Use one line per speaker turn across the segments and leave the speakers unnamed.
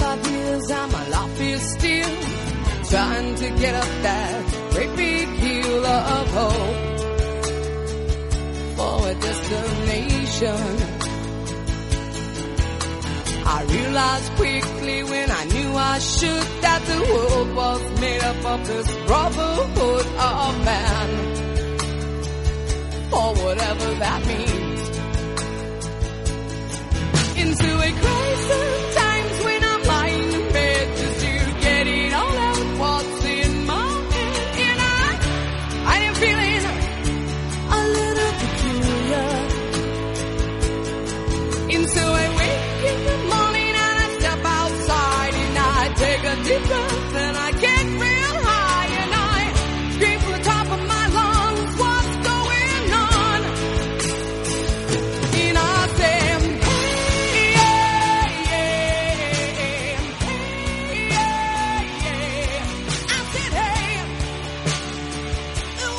Cause I'm a lot feel still Trying to get up that great big hill of hope For a destination I realized quickly when I knew I should that the world was made up of this brotherhood of man. Or whatever that means. Into a crisis times when I'm lying in bed just to get it all out what's in my head. And I, I am feeling a little peculiar into a wake in the morning and I step outside and I take a deep breath and I get real high and I scream from the top of my lungs, what's going on? And I say, "I'm hey, I'm hey, I said, hey,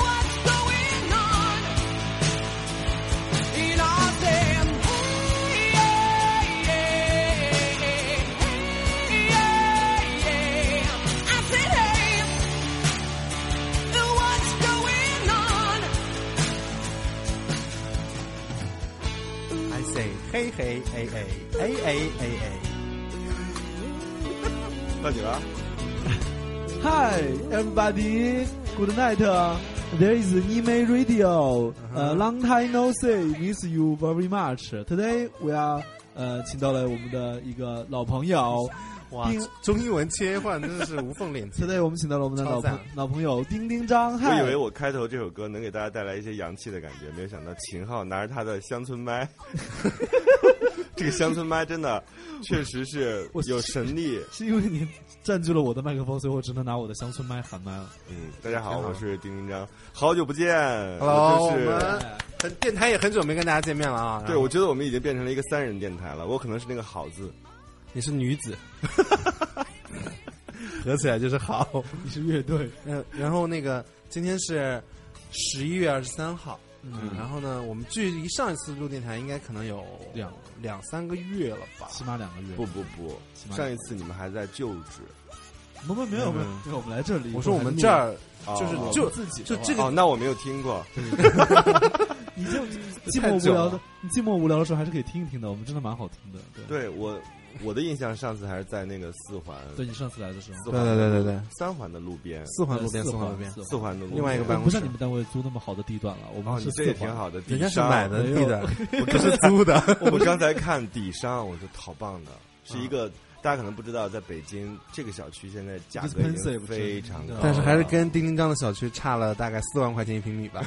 what's going on? And I say, "I'm I said, hey, what's going on?
I say 嘿嘿 a a a a a a。
大姐啊，
Hi, everybody. Good night. There is Nime Radio. Uh, long time no see, miss you very much. Today we are 呃，请到了我们的一个老朋友。
哇
丁，
中英文切换真的是无缝 链接。
Today 我们请到了我们的老
超
朋
赞
老朋友丁丁张。
我
嗨，
以为我开头这首歌能给大家带来一些洋气的感觉，没有想到秦昊拿着他的乡村麦， 这个乡村麦真的确实是
我
有神力。
是因为你占据了我的麦克风，所以我只能拿我的乡村麦喊麦了。
嗯，大家好，
挺好
我是丁丁张，好久不见。
Hello，
我
我
就是
们很电台也很久没跟大家见面了啊。
对，我觉得我们已经变成了一个三人电台了。我可能是那个好字，
你是女子，合起来就是好。
你是乐队，
嗯，然后那个今天是十一月二十三号，嗯，然后呢，我们距离上一次录电台应该可能有
两
两三个月了吧？
起码两个月。
不不不，
码
上一次你们还在就职，
不，没有没有没有，没有我们来这里。
我说我们这儿
哦
就是
哦
就
自己的
就
话
这
哦，
个
那我没有听过。
你就寂寞无聊的，你寂寞无聊的时候还是可以听一听的，我们真的蛮好听的。对，
对我我的印象，上次还是在那个四环，
对你上次来的时候，
四
对
环
对对对对，
三环的路边，
四环路边，
四
环路边，
四环的路边
另外一个
我
办公
不
室
像你，们单位租那么好的地段了，我
哦，
们
你
是
这
四
也挺
环。
好的，
人
底
家是
商
买的
没有
地的，我不是租 的。
我刚才看底商，我说好棒的，是
嗯
一个大家可能不知道，在北京这个小区现在价格已
Dispenser 也
经
不是
非常高了，
但是还是跟丁丁张的小区差了大概四万块钱一平米吧。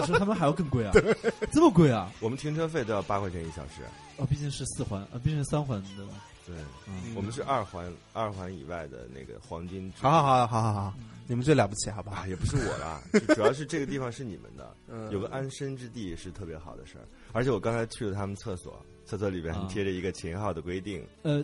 你说他们还要更贵啊？ 这么贵啊？
我们停车费都要八块钱一小时。
啊，毕竟是四环，啊，毕竟是三环的。
对，
嗯
我们是二环二环以外的那个黄金。
好好，好好好好，你们最了不起，好不好
啊，？也不是我啦，就主要是这个地方是你们的，
嗯
有个安身之地是特别好的事儿。而且我刚才去了他们厕所，厕所里边
啊
贴着一个秦昊的规定，
呃，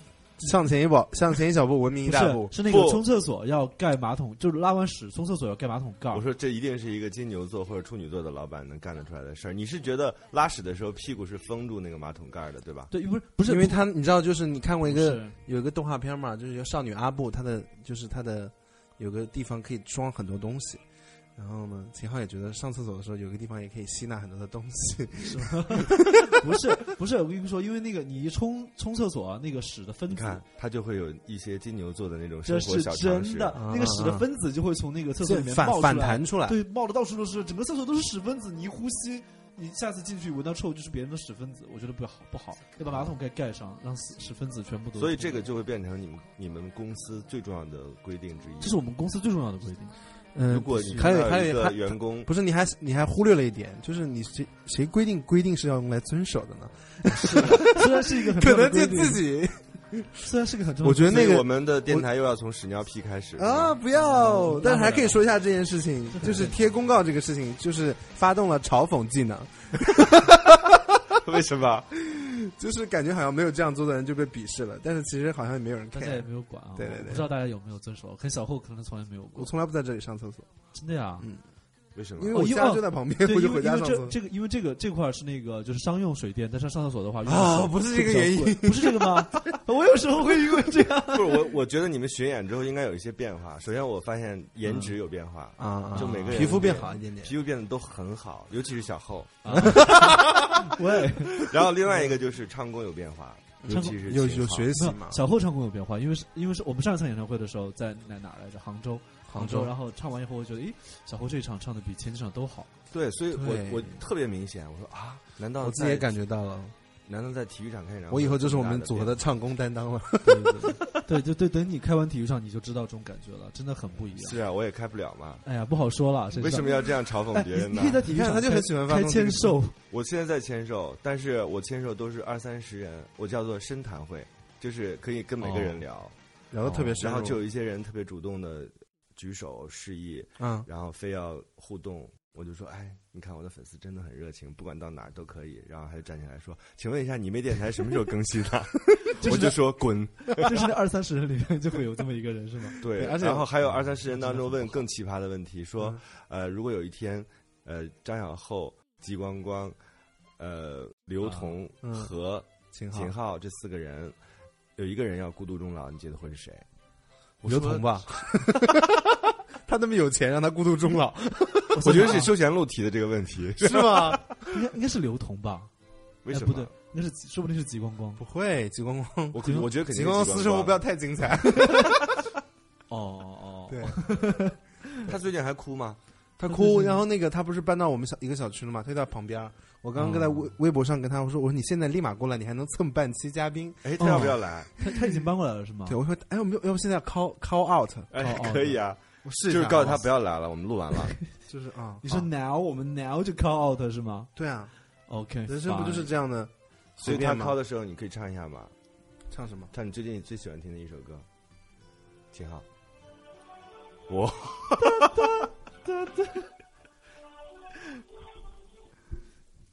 向前一步，向前一小步，文明一
不
大步
是，。是那个
不
冲厕所要盖马桶，就是拉完屎冲厕所要盖马桶盖儿
我。说这一定是一个金牛座或者处女座的老板能干得出来的事儿。你是觉得拉屎的时候屁股是封住那个马桶盖儿的，对吧？
对，不是不是，
因为他你知道，就是你看过一
不
个
是
有一个动画片嘛，就是有少女阿布，她的就是她的有个地方可以装很多东西。然后呢，秦昊也觉得上厕所的时候有个地方也可以吸纳很多的东西。
不是不是，我跟你说，因为那个你一冲冲厕所，啊那个屎的分
你
子
看，他就会有一些金牛座的那种生
这
活
是
小常识
真。的，
啊
那个屎的分子就会从那个厕所里面
反
冒出来
反弹出来，
对，冒的到处都是，整个厕所都是屎分子，你一呼吸，你下次进去闻到臭就是别人的屎分子，我觉得不好不好，要把马桶盖盖上，让屎屎分子全部都。
所以这个就会变成你们你们公司最重要的规定之一。
这是我们公司最重要的规 定。
嗯，
如果你
还有
看
还
到一
有
个
还
员工
不是你还你还忽略了一点，就是你谁谁规定规定是要用来遵守的呢？
虽然是一个很
可
重要
能就
的规定
自，己
虽然是个很重要
我
的，
觉得那
所以
个
我们的电台又要从屎尿屁开始
啊，
是吗
不要！但是还可以说一下这件事情，就是贴公告这个事情，就是发动了嘲讽技能，
为什么？
就是感觉好像没有这样做的人就被鄙视了，但是其实好像也没有人
大家也
care。
没有管啊，
对对
我
对
不知道大家有没有遵守，可能小后可能从来没有
我
过，
从来不在这里上厕所，
真的呀，
嗯
为什么
因为？我
哦因为
家就在旁边，
对，
我就
因为
回
因
家
为
上
这
厕所。
这个，因为这个这块儿是那个就是商用水电，但是上厕所的话用
啊
手
不是
会
这个
比较
原因
贵不是这个 吗？我有时候会因为这 样，
不是我，我觉得你们巡演之后应该有一些变化。首先，我发现颜值有变化，
啊，啊
就每个人
皮肤变好一点点。
皮肤变得都很好，尤其是小后。
喂，
然后另外一个就是唱功有变化，尤其是
嗯有
秦
有
昊
学习
没
嘛
有？小后唱功有变化，因为是因为是我们上一场演唱会的时候在在哪儿来着？杭州，
杭
州。
州
然后唱完以后，我觉得，诶，小后这一场唱的比前几场都好。
对，所以我
对
我特别明显，我说啊，难道
我自己也
在
感觉到了，
难道在体育场开演唱会
我以后就是我
有这
们
么大
组合的
变
唱功担当了。
对对对， 对就对，等你开完体育场，你就知道这种感觉了，真的很不一
化
样。
是啊，我也开不了嘛。
哎呀，不好说了，谁知道
为什么要这样嘲讽
哎，
别
你
人
你
呢
可以？在体育场
你看他就
开
很喜欢发
开
动这
签
个
售，
我现在在签售，但是我签售都是二三十人，我叫做深谈会，就是可以跟每个
哦
人聊，
聊的特别深
然
入，
后就有一些人特别主动的举手示意，
嗯，
然后非要互动，我就说，哎，你看我的粉丝真的很热情，不管到哪儿都可以。然后他就站起来说，请问一下，你们电台什么时候更新啊？
就
我
是
就说滚。
就是那二三十人里面就会有这么一个人 是吗？
对，
而且嗯
然后还有二三十人当中问更奇葩的问题，说，呃，如果有一天，呃，张小厚、季光光、呃，刘同
嗯
和
秦昊
秦、昊这四个人，有一个人要孤独终老，你觉得会是谁？我
刘
说
同吧，他那么有钱，让他孤独终老，
我觉 得是休闲路提的这个问题，
是 吗？
应该应该是刘同吧？
为
哎
什
不
么？
对，那是说不定是极光光
不会，极光 光，
我
极光
我觉得肯
极
定
光
是
私
光
生活不要
光。
太精 彩。
哦哦
对，
他最近还哭吗？
他
就
哭，
是
然后那个他不是搬到我们小一个小区了嘛，他就在旁边儿。我刚刚跟在微微博上跟他我说，我说你现在立马过来，你还能蹭半期嘉宾。
哎，他要不要来？
他他已经搬过来了是吗？
对，我说，哎，我们要要不现在 call call out，
哎
哦，
可以啊，
我试
就
一下
是告诉
好
他
不
不要来了，我们录完 了。
好，就是啊，
你说
啊
now 我们 now 就 call out 是吗
对啊，
？OK，
人生不就是
fine
这样的？
所
随
以
便
他
嘛
call 的时候，你可以唱一下嘛，
唱什么？
唱你最近最喜欢听的一首歌，挺好。我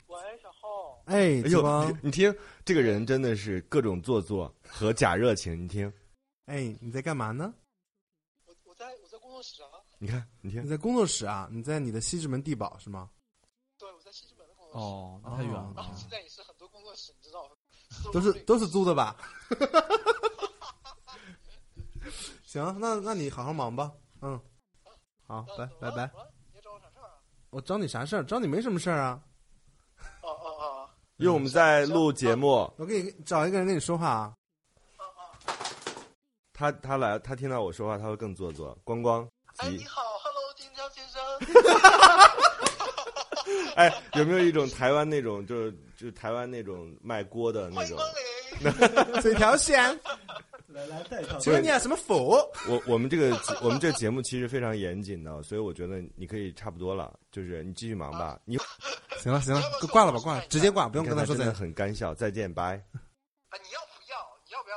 喂，小浩，
哎，
哎
极光
呦，你，你听这个人真的是各种做作和假热情，你听，
哎，你在干嘛呢？
我我在我在工作室啊，
你看，你听
你，在工作室啊？你在你的西直门地堡是吗？
对，我在西直门的工作室。
哦，那太远了
然后现在也是很多工作室，你知道，
都是都是租的吧？ 行，那那你好好忙吧。嗯，好，拜拜拜。
怎么了怎么了你要找我啥事儿啊？
我找你啥事儿？找你没什么事儿啊。
哦哦
因为我们在录节目，
我给你找一个人跟你说话啊。
他他来，他听到我说话，他会更做作。光光
哦，哎，你
急，
好，Hello，丁江先生。
哎，有没有一种台湾那种，就是就是台湾那种卖锅的那
欢迎
种？
光临。
这条线，
来来带套
请问你有什么福？
我我们这个我们这节目其实非常严谨的，所以我觉得你可以差不多了，就是你继续忙吧。你
行了行了，挂了吧挂了，直接挂，不用跟
他
说
真的
再。
很干笑，再见，拜。
啊，你要不要？你要不要？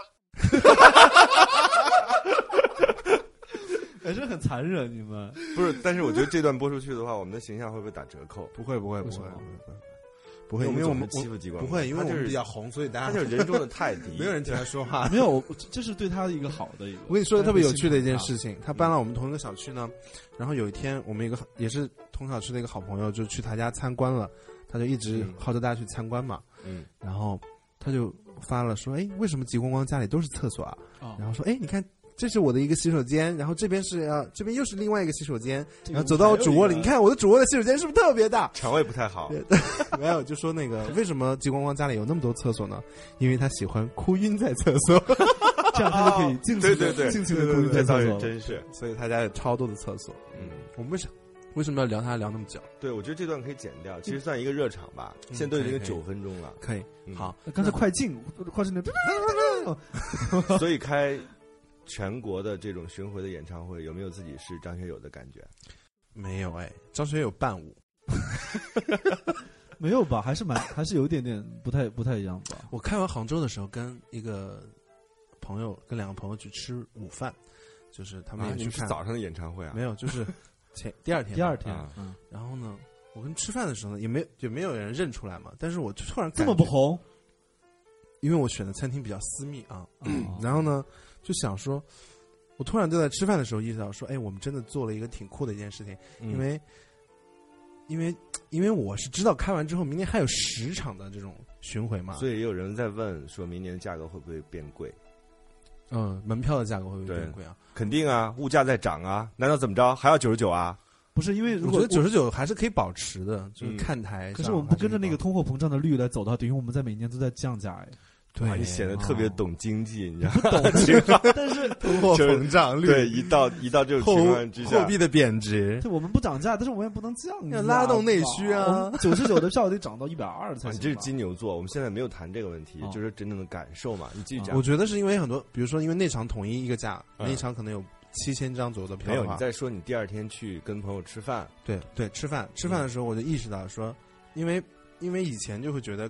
还是很残忍你们。
不是，但是我觉得这段播出去的话，我们的形象会不会打折扣？
不会不会不
为什
会
么
不会，因为我们
总是欺负极光，
不会，因为
他
我
就
们
是
比较红，所以大
他
家
就是人中的泰迪，
没有人听他说话。
没有，我这这是对他的一个好的一个。
我跟你说个特别有趣的一
啊
件事情，他搬到我们同一个小区呢，然后有一天我们有一个好也是同小区的一个好朋友就去他家参观了，他就一直
嗯
号召大家去参观嘛，
嗯，
然后他就发了说，哎，为什么极光光家里都是厕所啊？
啊，
然后说，哎，你看。这是我的一个洗手间，然后这边是啊，这边又是另外一个洗手间，
这
然
个
后走到我
还有
主卧
一
里，
个
你，看我的主卧的洗手间是不是特别大？
肠胃不太好。
没有，就说那个为什么极光光家里有那么多厕所呢？因为他喜欢哭晕在厕所，
这样他就可以尽情地
对对对
尽情的哭晕
这
在
倒
厕
是
所。
真是，
所以他家有超多的厕所。
嗯，
我们为啥为什么要聊他聊那么久？
对，我觉得这段可以剪掉，其实算一个热场吧，
嗯
现在都已
可以
经
可以
九分钟了，
可以，
嗯
好，
刚才快进，快进的，
所以开全国的这种巡回的演唱会，有没有自己是张学友的感觉？
没有哎，张学友伴舞，
没有吧？还是蛮，还是有一点点不太不太一样吧。
我开完杭州的时候，跟一个朋友，跟两个朋友去吃午饭，就是他
他
们也
啊你
去
们是
啊看，
早上的演唱会啊
没？有，就是前第二天，
第二天
啊，
嗯
然后呢，我跟吃饭的时候呢，也没也没有人认出来嘛，但是我就突然
这么
感
不
觉，
红，
因为我选的餐厅比较私密啊，
哦
然后呢，就想说，我突然就在吃饭的时候意识到说，哎，我们真的做了一个挺酷的一件事情，
嗯
因为因为因为我是知道开完之后，明年还有十场的这种巡回嘛，
所
以
以也有人在问说明年的价格会不会变贵？
嗯，门票的价格会不会
对
变贵啊？
肯定啊，物价在涨啊，难道怎么着还要九十九啊？
不是因为如
我觉
果
得九十九还是可以保持的，就是
嗯
看台上还可以保。
可是我们不跟着那个通货膨胀的率来走的话，等于我们在每年都在降价哎。
对，
哇你显得特别懂经济，你知道 吗？
懂，但是
通货
就是
膨胀率，
对，一到一到这种
货物
情况之
货
下，啊
币的贬值，
对我们不涨价，但是我们也不能降价，
要拉动内需啊
九十九的票得涨到一百二 才
啊你
行吧。
这是金牛座，我们现在没有谈这个问题，
哦
就是真正的感受嘛。你继续讲
我，觉得是因为很多，比如说因为那场统一一个价，
嗯
那一场可能有七千张左右的票
没有
的
你
话，
再说你第二天去跟朋友吃饭，
对对，吃饭吃饭的时候我就意识到说，因为因为以前就会觉得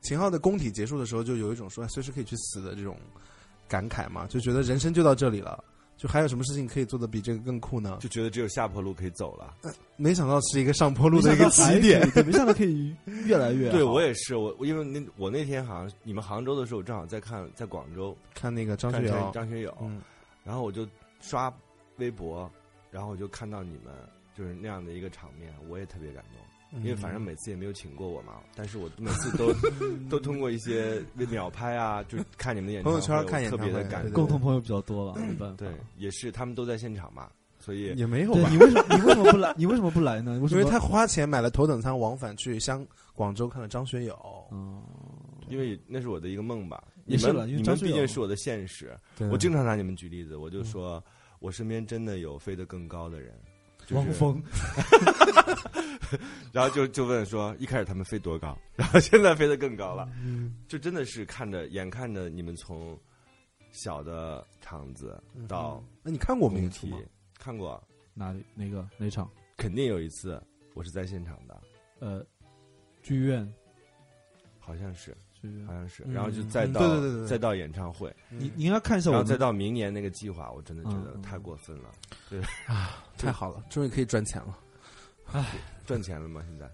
秦昊的工体结束的时候，就有一种说哎随时可以去死的这种感慨嘛，就觉得人生就到这里了。就还有什么事情可以做的比这个更酷呢？
就觉得只有下坡路可以走了。
没想到是一个上坡路的
没想
一个
到还
起点
可以，对没想到可以越来越好。
对我也是，我我因为那我那天好像你们杭州的时候，我正好在看在广州
看那个张
看
学友，
张学友，
嗯，
然后我就刷微博，然后我就看到你们就是那样的一个场面，我也特别感动。
嗯
因为反正每次也没有请过我嘛，但是我每次 都都通过一些秒拍啊，就是看你们的演唱
朋
会
友圈看
我
演
特
唱会
别的感
对
动
共。同朋友比较多了，没办法。
对，也是他们都在现场嘛，所以
嗯也没有
对
吧
你，为什么你为什么不来？你为什么不来呢？为什
因
么？
为他花钱买了头等舱往返去香广州看了张学友，
嗯，
因为那是我的一个梦吧。
也是了
你
因
们
为
你
张
们
学
毕
友
竟是我的现实。
对
我经常拿你们举例子，我
嗯
就说我身边真的有飞得更高的人，就是
汪峰，
然后就就问说，一开始他们飞多高， 然后现在飞得更高了，
嗯
就真的是看着眼看着你们从小的场子到
嗯那你看过我们
工
演出
体
吗？，
看过，
哪里哪个哪场？
肯定有一次我是在现场的，
呃，剧院，
好像是
剧院
好。像是，
嗯
然后就再到
对对对对对
再到演唱会，
你你应该看一下
然
我
后
们
再到明年那个计划，我真的觉得
嗯嗯
太过分了，
太好了，终于可以赚钱了，
赚钱了吗？现在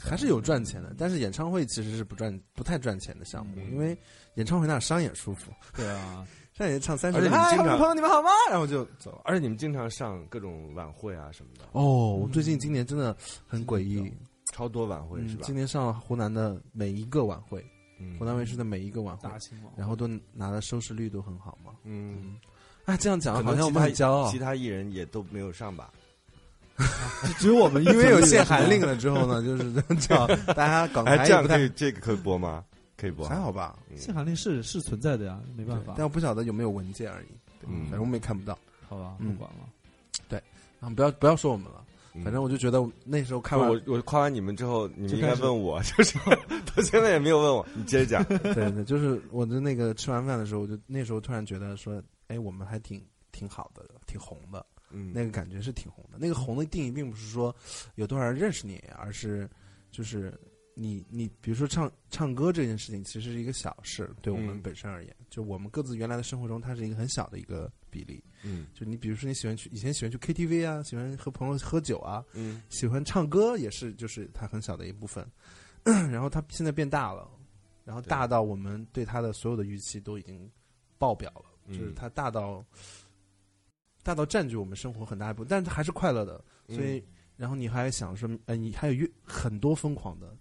还是有赚钱的。但是演唱会其实是不赚、不太赚钱的项目，
嗯
因为演唱会那商演舒服，
对 啊，
商演唱三十
而且
分
你
钟，嗨，
经常
各位朋友你们好吗？然后就走了。
而且你们经常上各种晚会啊什么的，
哦，我最近今年真的很诡异，
超多晚会嗯是
嗯
吧
今？年上了湖南的每一个晚会，
嗯
湖南卫视的每一个晚会
大，兴网
然后都拿的收视率都很好嘛。
嗯。
啊，这样
可
讲
能
好像我
其
们
他
很骄傲
其，他艺人也都没有上吧？
只有我们一
因为有
直
限韩令了之后呢，就是这样， 大家港
哎，
台
这
也
样
不
可
太
以，这个可以播吗？可以播，
还好吧，
嗯。
限韩令是是存在的呀，没办法
但，我不晓得有没有文件而已，
嗯
反正我们也看不到。
好吧，不
嗯
管了。
啊，不要不要说我们了，
嗯
反正我就觉得那时候看完
我，我夸完你们之后，你们
就
应
开
该
始
问我， 就是到现在也没有问我。你 接着讲，
对对，就是我的那个吃完饭的时候，我就那时候突然觉得说，哎，我们还挺挺好的，挺红的，
嗯，
那个感觉是挺红的。那个红的定义并不是说有多少人认识你，而是就是你你比如说唱唱歌这件事情，其实是一个小事，对我们
嗯
本身而言，就我们各自原来的生活中，它是一个很小的一个比例。
嗯
就你比如说你喜欢去以前喜欢去 KTV 啊，喜欢和朋友喝酒啊，
嗯
喜欢唱歌也是，就是他很小的一部分。 然后他现在变大了，然后
对
大到我们对他的所有的预期都已经爆表了，
嗯
就是他大到大到占据我们生活很大一部分，但是他还是快乐的。
嗯
所以，然后你还想说，呃，你还有越很多疯狂的，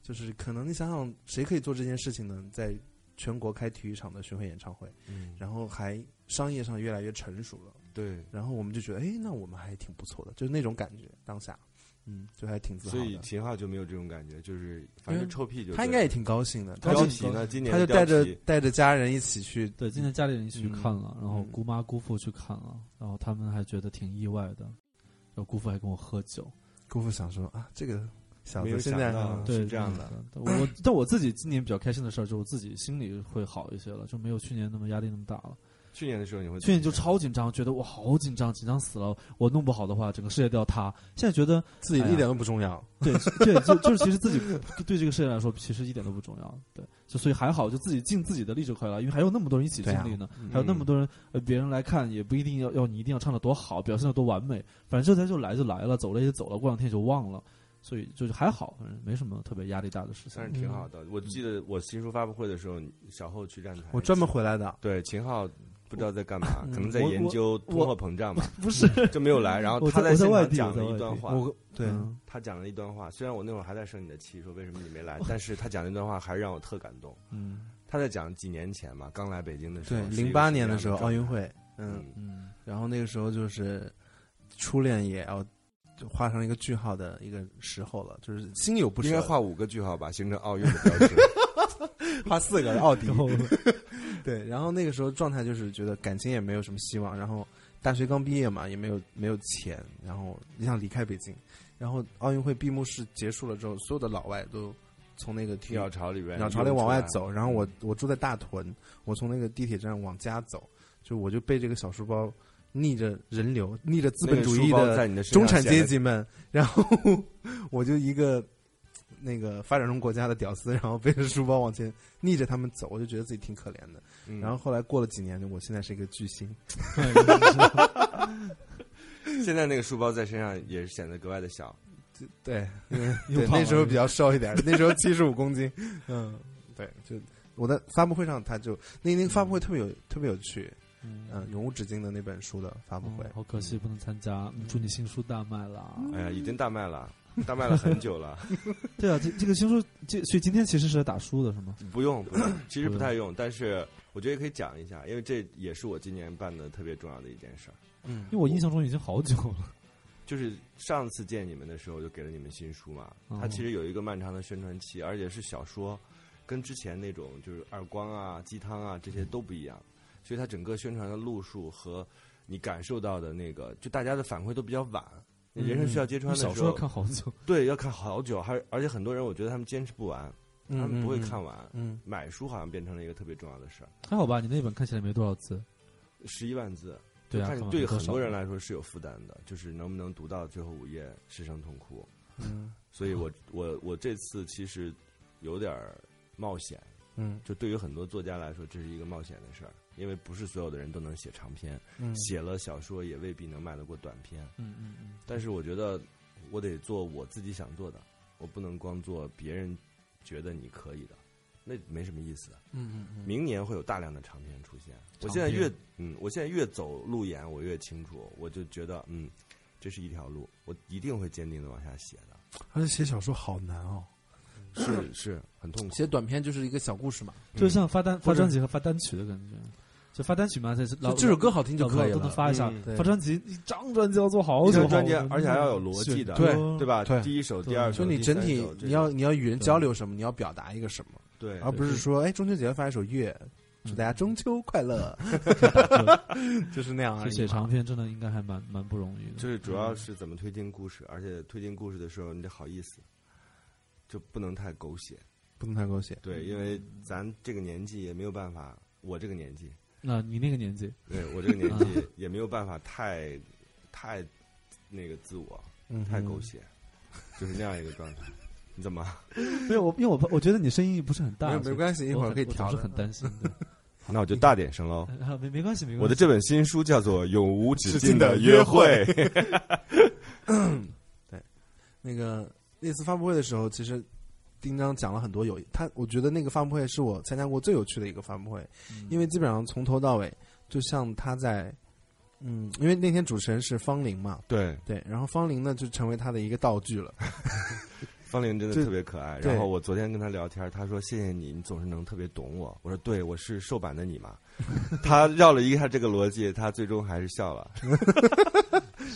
就是可能你想想谁可以做这件事情呢？在全国开体育场的巡回演唱会，
嗯，
然后还商业上越来越成熟了。
对，
然后我们就觉得，哎，那我们还挺不错的，就是那种感觉，当下，嗯，就还挺自豪
所以
的。
秦昊就没有这种感觉，就是反
因
正
为
就臭屁就
他应该也挺高兴的，
对
他
了
就
貂皮呢，今年
他就
的
带
貂
着
皮
带着家人一起去，
对，今天家里人一起去看了，然后
嗯
姑妈姑父去看了，然后他们还觉得挺意外的，然后姑父还跟我喝酒，
姑父想说啊，这个小
没有
子现
想
在
到
嗯
对，
啊是这样的
的。但我我但我自己今年比较开心的事儿，就是我自己心里会好一些了，就没有去年那么压力那么大了。
去年的时候你会
去年就超紧张，觉得我好紧张，紧张死了，我弄不好的话，整个世界都要塌。现在觉得
自己
哎呀
一点都不重要，
对对，就就是其实自己对这个世界来说，其实一点都不重要。对，就所以还好，就自己尽自己的力就可以了，因为还有那么多人一起经
对啊
历呢，
嗯
还有那么多人，呃，别人来看也不一定要要你一定要唱的多好，表现的多完美，反正这才就来就来了，走了也就走了，过两天就忘了，所以就是还好，反正没什么特别压力大的事情
算。是
嗯
挺
哎
好的。我记得我新书发布会的时候，小后去站台，
我专门回来的，
对秦昊不知道在干嘛，
嗯
可能在
我
研究通货膨胀吧，
不是，
就没有来。然后
我
他
在我在
现
外
场
地
讲
我在
了
外
一段
地
话，
我对，
嗯
他讲了一段话，虽然我那会儿还在生你的气，说为什么你 没来，但是他讲那段话还是让我特感动。
嗯
他在讲几年前嘛，刚来北京的时候
对，，
是一个
零八
什么
年
样
的
的
时候奥运
状态，
会，嗯，
嗯，
嗯，
然后那个时候就是初恋也要就画上一个句号的一个时候了，就是心有不舍，
应该画五个句号吧，形成奥运的标志。
画四个 奥迪
然， 后
对，然后那个时候状态就是觉得感情也没有什么希望，然后大学刚毕业嘛，也没有没有钱，然后也想离开北京，然后奥运会闭幕式结束了之后，所有的老外都从那个 体
鸟巢里边，
鸟巢里往外，走，然后
嗯
我我住在大屯，我从那个地铁站往家走，就我就被这个小书包逆着人流、逆着资本主义
那个书包
的
在你的身上
中产阶
显得
级们，然后我就一个那个发展中国家的屌丝，然后背着书包往前逆着他们走，我就觉得自己挺可怜的。
嗯
然后后来过了几年，我现在是一个巨星，嗯
现在那个书包在身上也是显得格外的小。
对，因 为
又
对
胖了
那时候比较瘦 一点，那时候七十五公斤，嗯，对，就我在发布会上，他就那那个发布会特别有特别有趣，嗯，永无止境的那本书的发布会，
好可惜不能参加，
嗯
祝你新书大卖啦！
哎呀，已经大卖了，大卖了很久了。
对啊，这这个新书，这所以今天其实是来打书的，是吗？
不用，不用，其实
不
不
用
太
嗯
用，但是我觉得可以讲一下，因为这也是我今年办的特别重要的一件事儿。
嗯
因为我印象中已经好久了。
就是上次见你们的时候，就给了你们新书嘛。
哦
它其实有一个漫长的宣传期，而且是小说，跟之前那种就是耳光啊、鸡汤啊这些都不一样，所以它整个宣传的路数和你感受到的那个，就大家的反馈都比较晚。你人生需要揭穿的时
嗯小
候，
说要看好久，
对，要看好久，还而且很多人我觉得他们坚持不完，
嗯
他们不会看
完，
完。
嗯，
买书好像变成了一个特别重要的事儿，
还好吧？你那本看起来没多少字，
十一万字，
对啊
看，
看
对
完
很
没
多
少
人来说是有负担的，就是能不能读到最后五页失声痛哭。
嗯
所以我我我这次其实有点儿冒险，
嗯
就对于很多作家来说，这是一个冒险的事儿，因为不是所有的人都能写长篇，
嗯
写了小说也未必能卖得过短篇。
嗯嗯嗯，
但是我觉得我得做我自己想做的，我不能光做别人觉得你可以的，那没什么意思。
嗯嗯
明年会有大量的长篇出现。我
长
现在越
篇
嗯，我现在越走路演，我越清楚，我就觉得嗯，这是一条路，我一定会坚定的往下写的。
而且写小说好难哦，
是是很痛苦，
写短篇就是一个小故事嘛，
就像发单发
或者
专辑和发单曲的感觉，就发单曲嘛，才是老
就这首歌好听就
老
可以
都能
了，
发一下
嗯，
对
发专辑一张专辑要做好
一
久
张
好久，
专辑，而且还要有逻辑的，
嗯对
对吧？
对
第一首、
对
第二首，
就你整
第
体
三首
你要你要与人
对
交流什么，你要表达一个什么，
对
而不是说哎中秋节发一首乐，祝大家中秋快乐， 就是那样而
就
已
写长
嘛。
篇真的应该还蛮蛮不容易的，
就是主要是怎么推进故事，而且推进故事的时候你得好意思，就不能太狗血。
不能太狗血，
对，因为咱这个年纪也没有办法，我这个年纪，
那你那个年纪，
对我这个年
嗯
纪也没有办法太太那个自我，
嗯
太狗。血，就是那样一个状态。你怎么？
没有我，因为我怕我觉得你声音不是很
没
大，
有没关系，一会儿可以调
是
的
很。担心的。
那我就大点声喽。
啊没没关系，没
嗯
关系。
我的这本新书叫做《永无止
止
境
境
的
的
约
约
会，
会》那个那次发布会的时候，其实丁章讲了很多有他，我觉得那个发布会是我参加过最有趣的一个发布会，因为基本上从头到尾，就像他在，嗯，因为那天主持人是方玲嘛，
对，
对，然后方玲呢就成为他的一个道具了，
方玲真的
这
特别可爱。
对
然后我昨天跟她聊天，她说：“谢谢你，你总是能特别懂我。”我说：“对，我是瘦版的你 嘛。”她绕了一下这个逻辑，她最终还是笑了。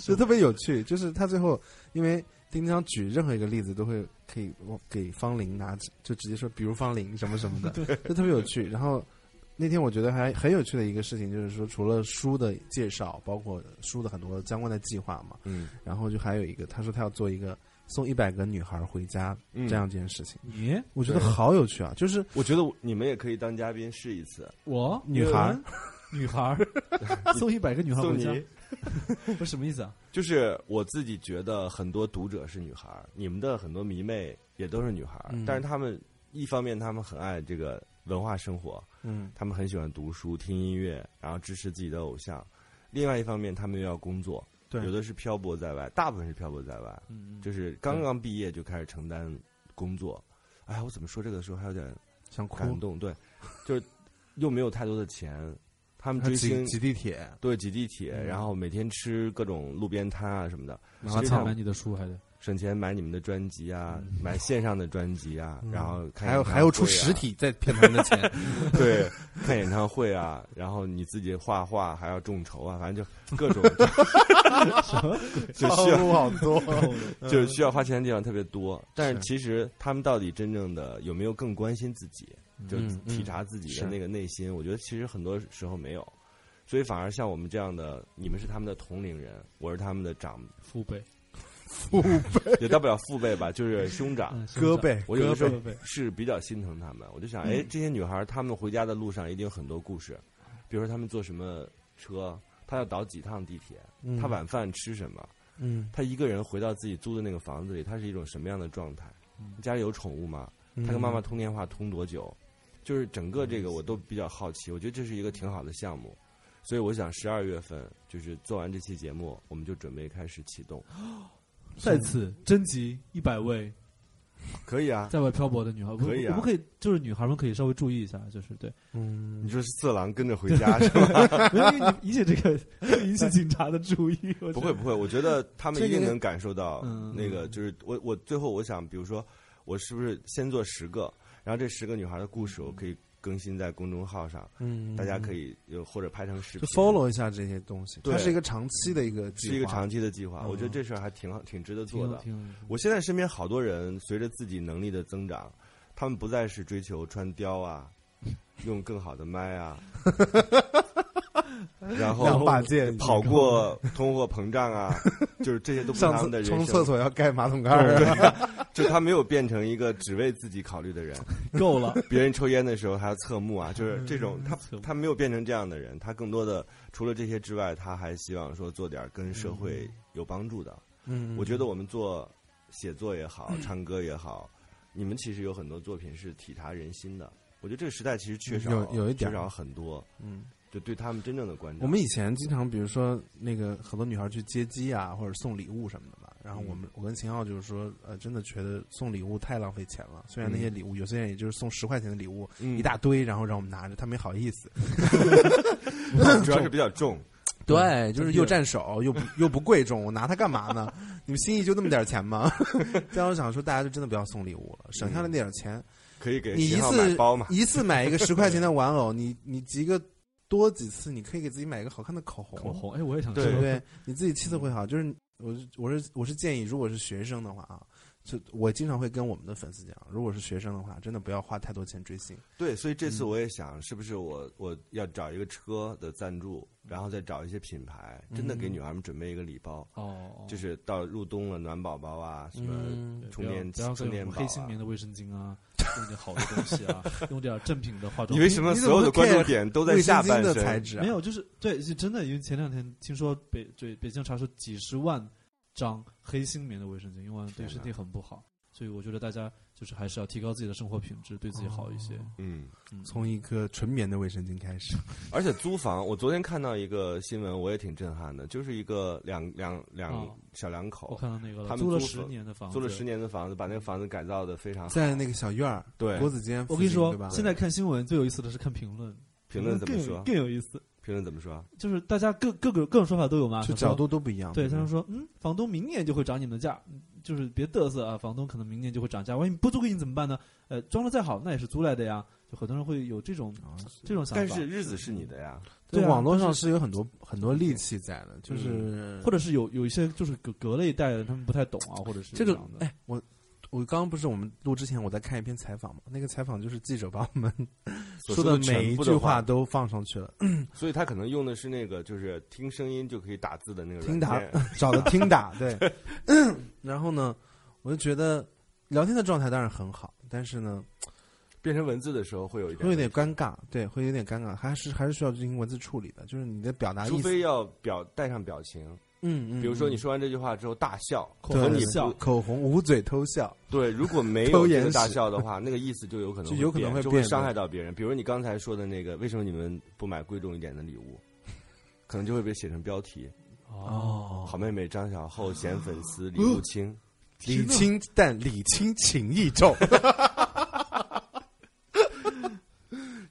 就特别有趣。就是他最后，因为丁章举任何一个例子都会可以我给方玲拿，就直接说，比如方玲什么什么的，就特别有趣。然后那天我觉得还很有趣的一个事情就是说，除了书的介绍，包括书的很多相关的计划嘛，
嗯，
然后就还有一个，他说他要做一个送一百个女孩回家
嗯
这样一件事情，
你
我觉得
对
好有趣啊！就是
我觉得我你们也可以当嘉宾试一次，
我
女孩儿，
女孩儿 送一百个女孩儿
送
回
你
家， 不是什么意思啊？
就是我自己觉得很多读者是女孩儿，你们的很多迷妹也都是女孩儿，
嗯
但是她们一方面她们很爱这个文化生活，
嗯
她们很喜欢读书、听音乐，然后支持自己的偶像；另外一方面，她们又要工作，
对
有的是漂泊在外，大部分是漂泊在外，
嗯，嗯
就是刚刚毕业就开始承担工作。哎，我怎么说这个的时候还有点
想哭
感，动，对，就是又没有太多的钱，他们
还
追星
挤挤地铁，
对挤地铁，
嗯
然后每天吃各种路边摊啊什么的，
然
实
后
际
操，
上
买你的书还得，
省钱买你们的专辑啊，买线上的专辑啊，然后看
嗯还有
演唱
还有出
会啊
实体再骗他们的钱，
对， 看演唱会啊，然后你自己画画还要众筹啊，反正就各 种就需要
好 多。
就是需要花钱的地方特别多，但是
是
其实他们到底真正的有没有更关心自己，就
嗯
体察自己的
是
那个内心？我觉得其实很多时候没有，所以反而像我们这样的，你们是他们的同龄人，我是他们的长，
父辈、
也到不了父辈吧，就是兄长。
嗯
胳，膊，
我有的时
胳
候
膊
是比较心疼他们，我就想，哎，这些女孩儿她们回家的路上一定有很多故事，比如说她们坐什么车，她要倒几趟地铁，
嗯
她晚饭吃什么，
嗯，
她一个人回到自己租的那个房子里，她是一种什么样的状态？家里有宠物吗？
嗯
她跟妈妈通电话通多久？就是整个这个我都比较好奇，我觉得这是一个挺好的项目，所以我想十二月份就是做完这期节目，我们就准备开始启动，
在此征集一百位
可以 啊。
在外漂泊的女孩，
可以啊
我们可以就是女孩们可以稍微注意一下，就是 对，
嗯
你说是色狼跟着回家是吧？
没有因为你引起这个会引起警察的注意，我觉得
不会不会，我觉得他们
这
一定
个
能感受到
嗯
那个，就是我我最后我想，比如说我是不是先做十个，然后这十个女孩的故事我可以更新在公众号上，
嗯
大家可以有或者拍成视
就
频
follow 一下这些东西，
对
它是一个长期的一个计划，
是一个长期的计划，
嗯
我觉得这事儿还挺好，挺值得
挺
做
有
的。
挺有
我现在身边好多人随着自己能力的增长，他们不再是追求穿貂啊，用更好的麦啊，然后
让把剑
跑过通货膨胀啊，就是这些都不是
上
他们的
厕
人
冲
生。
厕所要盖马桶盖 儿，啊
就他没有变成一个只为自己考虑的人，
够了，
别人抽烟的时候还要侧目啊，就是这种
嗯
他
侧目
他没有变成这样的人，他更多的除了这些之外，他还希望说做点跟社会有帮助的。
嗯
我觉得我们做写作 也好，唱歌也好，你们其实有很多作品是体察人心的。我觉得这个时代其实缺少
有有一点
缺少很多，
嗯，
就对他们真正的关注。
我们以前经常比如说那个很多女孩去接机啊，或者送礼物什么的嘛，然后我
嗯
们我跟秦昊就是说，呃，真的觉得送礼物太浪费钱了，虽然那些礼物有些人也就是送十块钱的礼物
嗯
一大堆，然后让我们拿着，他没好意思，
主要是比较重，
对，就是
嗯真的
又占手，又不又不贵重，我拿它干嘛呢？ 你们心意就那么点儿钱吗？ 这样我想说，大家就真的不要送礼物了，省下来那点儿钱，
可以给
你一
秦昊
次
买包
嗯
嘛？
一次买一个十块钱 的玩偶，你你集个多几次，你可以给自己买一个好看的口红，
口红，哎，我也想
对
对不
说
对？你自己气色会好。就是我是我是我是建议，如果是学生的话啊，就我经常会跟我们的粉丝讲，如果是学生的话，真的不要花太多钱追星。
对，所以这次我也想，是不是我我要找一个车的赞助，然后再找一些品牌，真的给女孩们准备一个礼包，
哦，
就是是到入冬了，暖宝宝啊，什
嗯
么
嗯
充电
不要
充电宝
黑
啊。
心棉的卫生巾啊，用点好的东 西啊，用点正品的化妆
你
品。
为什么所有的关注点都在
卫生
下
巾
半
的材
身？
质、啊、
没有，就是对，是真的，因为前两天听说北对北京查出几十万张黑心棉的卫生巾，用完对
天
身
哪
体很不好，所以我觉得大家就是还是要提高自己的生活品质，对自己好一些。
嗯，
嗯，
从一颗纯棉的卫生巾开始，
而且租房，我昨天看到一个新闻，我也挺震撼的，就是一个两两
哦
两小两
我
口
看到那个
他
了，
们
租了
租
十
房
年的房子，
租了十。年的房子，把那个房子改造的非常好。
在那个小院儿，
啊对
国子监附
我跟
近，
你说
对吧，？
现在看新闻最有意思的是看评论，
评论怎么
嗯更有
说？
更有意思，
评论怎么说？
就是大家各各个各种说法都有
啊
嘛，
就
很多
角度都不一样。
对，他们说，嗯，房东明年就会涨你们的价，嗯就是别嘚瑟啊，房东可能明年就会涨价，万一不租给你怎么办呢？呃，装的再好，那也是租来的呀。就很多人会有这种
啊
这种想
但
法，
是日子是你的呀，
对啊
网络上是有很多很多戾气在的，就是
嗯或者是有有一些就是隔隔了一代的人，他们不太懂啊，或者是
这个
怎么样，的
哎，我我刚刚不是我们录之前我在看一篇采访嘛，那个采访就是记者把我们
所
说
的
每
全
一
部
句
的
话都放上去了，
所以他可能用的是那个，就是听声音就可以打字的那个
听
软
打
件。
找的听打 对，然后呢，我就觉得聊天的状态当然很好，但是呢
变成文字的时候会有一点，
会有点尴尬，对，会有点尴尬，还是还是需要进行文字处理的，就是你的表达
除
意思，
非要表带上表情，
嗯嗯，
比如说你
嗯
说完这句话之后大笑，
口红
和你
笑
不
口红捂嘴偷笑，
对，如果没
偷
有
眼
这个大
屎
笑的话，那个意思就有可能
就有可能
变
会
就
变
会
的
伤害到别人。比如你刚才说的那个，为什么你们不买贵重一点的礼物？可能就会被写成标题：
哦，
好妹妹张小厚嫌粉丝礼物轻。
哦礼轻 但礼轻情意重，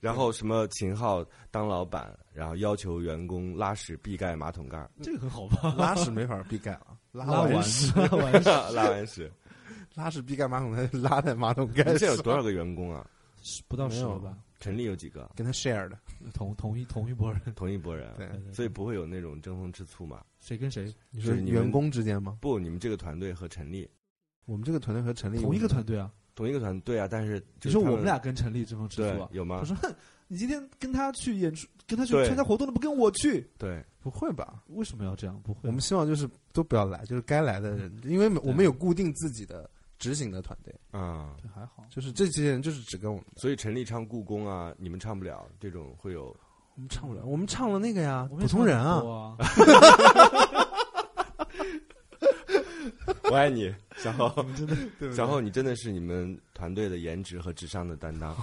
然后什么秦昊当老板，然后要求员工拉屎必盖马桶盖儿，
这个很好吧？
拉屎没法避盖了，拉
拉完
完屎
拉完
拉完屎，
拉屎避盖马桶，他就拉在马桶盖上。
你这有多少个员工啊？
不到
没
十个
有
吧？
陈立有几个？
跟他 share 的，
同同一同一拨人，
同一拨人，啊
对，
对对
所以不会有那种争风吃醋嘛？
谁跟谁
你说
是你们
员工之间吗？
不，你们这个团队和陈立
我们这个团队和陈立
同一个团队啊？
同一个团队啊，但是就是
你说
他
我们俩跟陈立争风吃醋
对
啊？
有吗
我？说哼，你今天跟他去演出，跟他去
对
参加活动，你不跟我去，
对，
不会吧？
为什么要这样？不会，
我们希望就是都不要来，就是该来的人，因为我们有固定自己的执行的团队，
啊、
对还好，
就是这些人就是只跟我们，
所以陈立唱故宫啊，你们唱不了，这种会有
我们唱不了，我们唱了那个呀，
我们
普
也
通人
差
啊
不，多啊，
我爱你，小 后，
真 的，
小后，你真的是你们团队的颜值和智商的担当，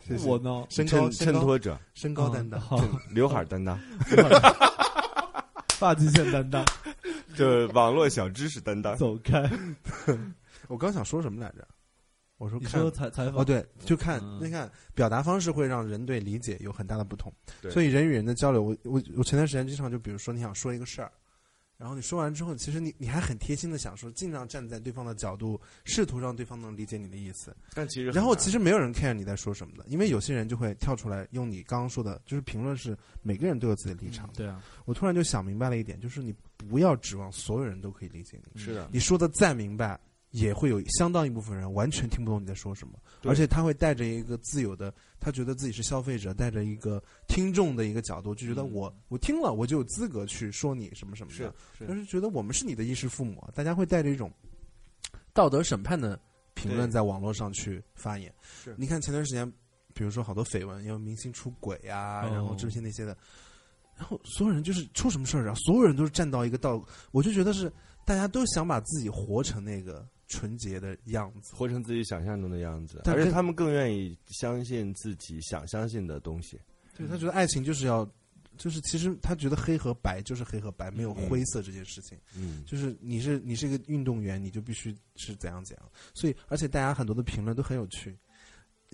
谢谢
我呢，
身高
衬
衬
衬
托
托者，
身高担当，
好，
刘海担当，
发际线 担当，
就是网络小知识担 当。
走开。
我刚想说什么来着？我说
你
看
说采采访
哦，对，就看
嗯
那看表达方式会让人对理解有很大的不同，
对
所以人与人的交流，我我我前段时间经常就比如说你想说一个事儿，然后你说完之后，其实你你还很贴心的想说，尽量站在对方的角度，试图让对方能理解你的意思，
但其实很
然后
难
其实没有人 care 你在说什么的，因为有些人就会跳出来用你刚刚说的，就是评论是每个人都有自己的立
嗯
场的。
对啊，
我突然就想明白了一点，就是你不要指望所有人都可以理解
嗯
你。
是的，
你说的再明白，也会有相当一部分人完全听不懂你在说什么，
对
而且他会带着一个自由的，他觉得自己是消费者，带着一个听众的一个角度，就觉得
嗯
我、我听了我就有资格去说你什么什么
是
的，
是
就是觉得我们是你的衣食父母，啊大家会带着一种道德审判的评论
对
在网络上去发言
是。
你看前段时间，比如说好多绯闻，有明星出轨啊，
哦
然后这些那些的。然后所有人就是出什么事儿啊，所有人都是站到一个道，我就觉得是大家都想把自己活成那个纯洁的样子。
活成自己想象中的样子，
但
而
是
且他们更愿意相信自己想相信的东西。
对他觉得爱情就是要，就是其实他觉得黑和白就是黑和白，没有灰色这件事情。
嗯，
就是你是你是一个运动员，你就必须是怎样怎样。所以，而且大家很多的评论都很有趣，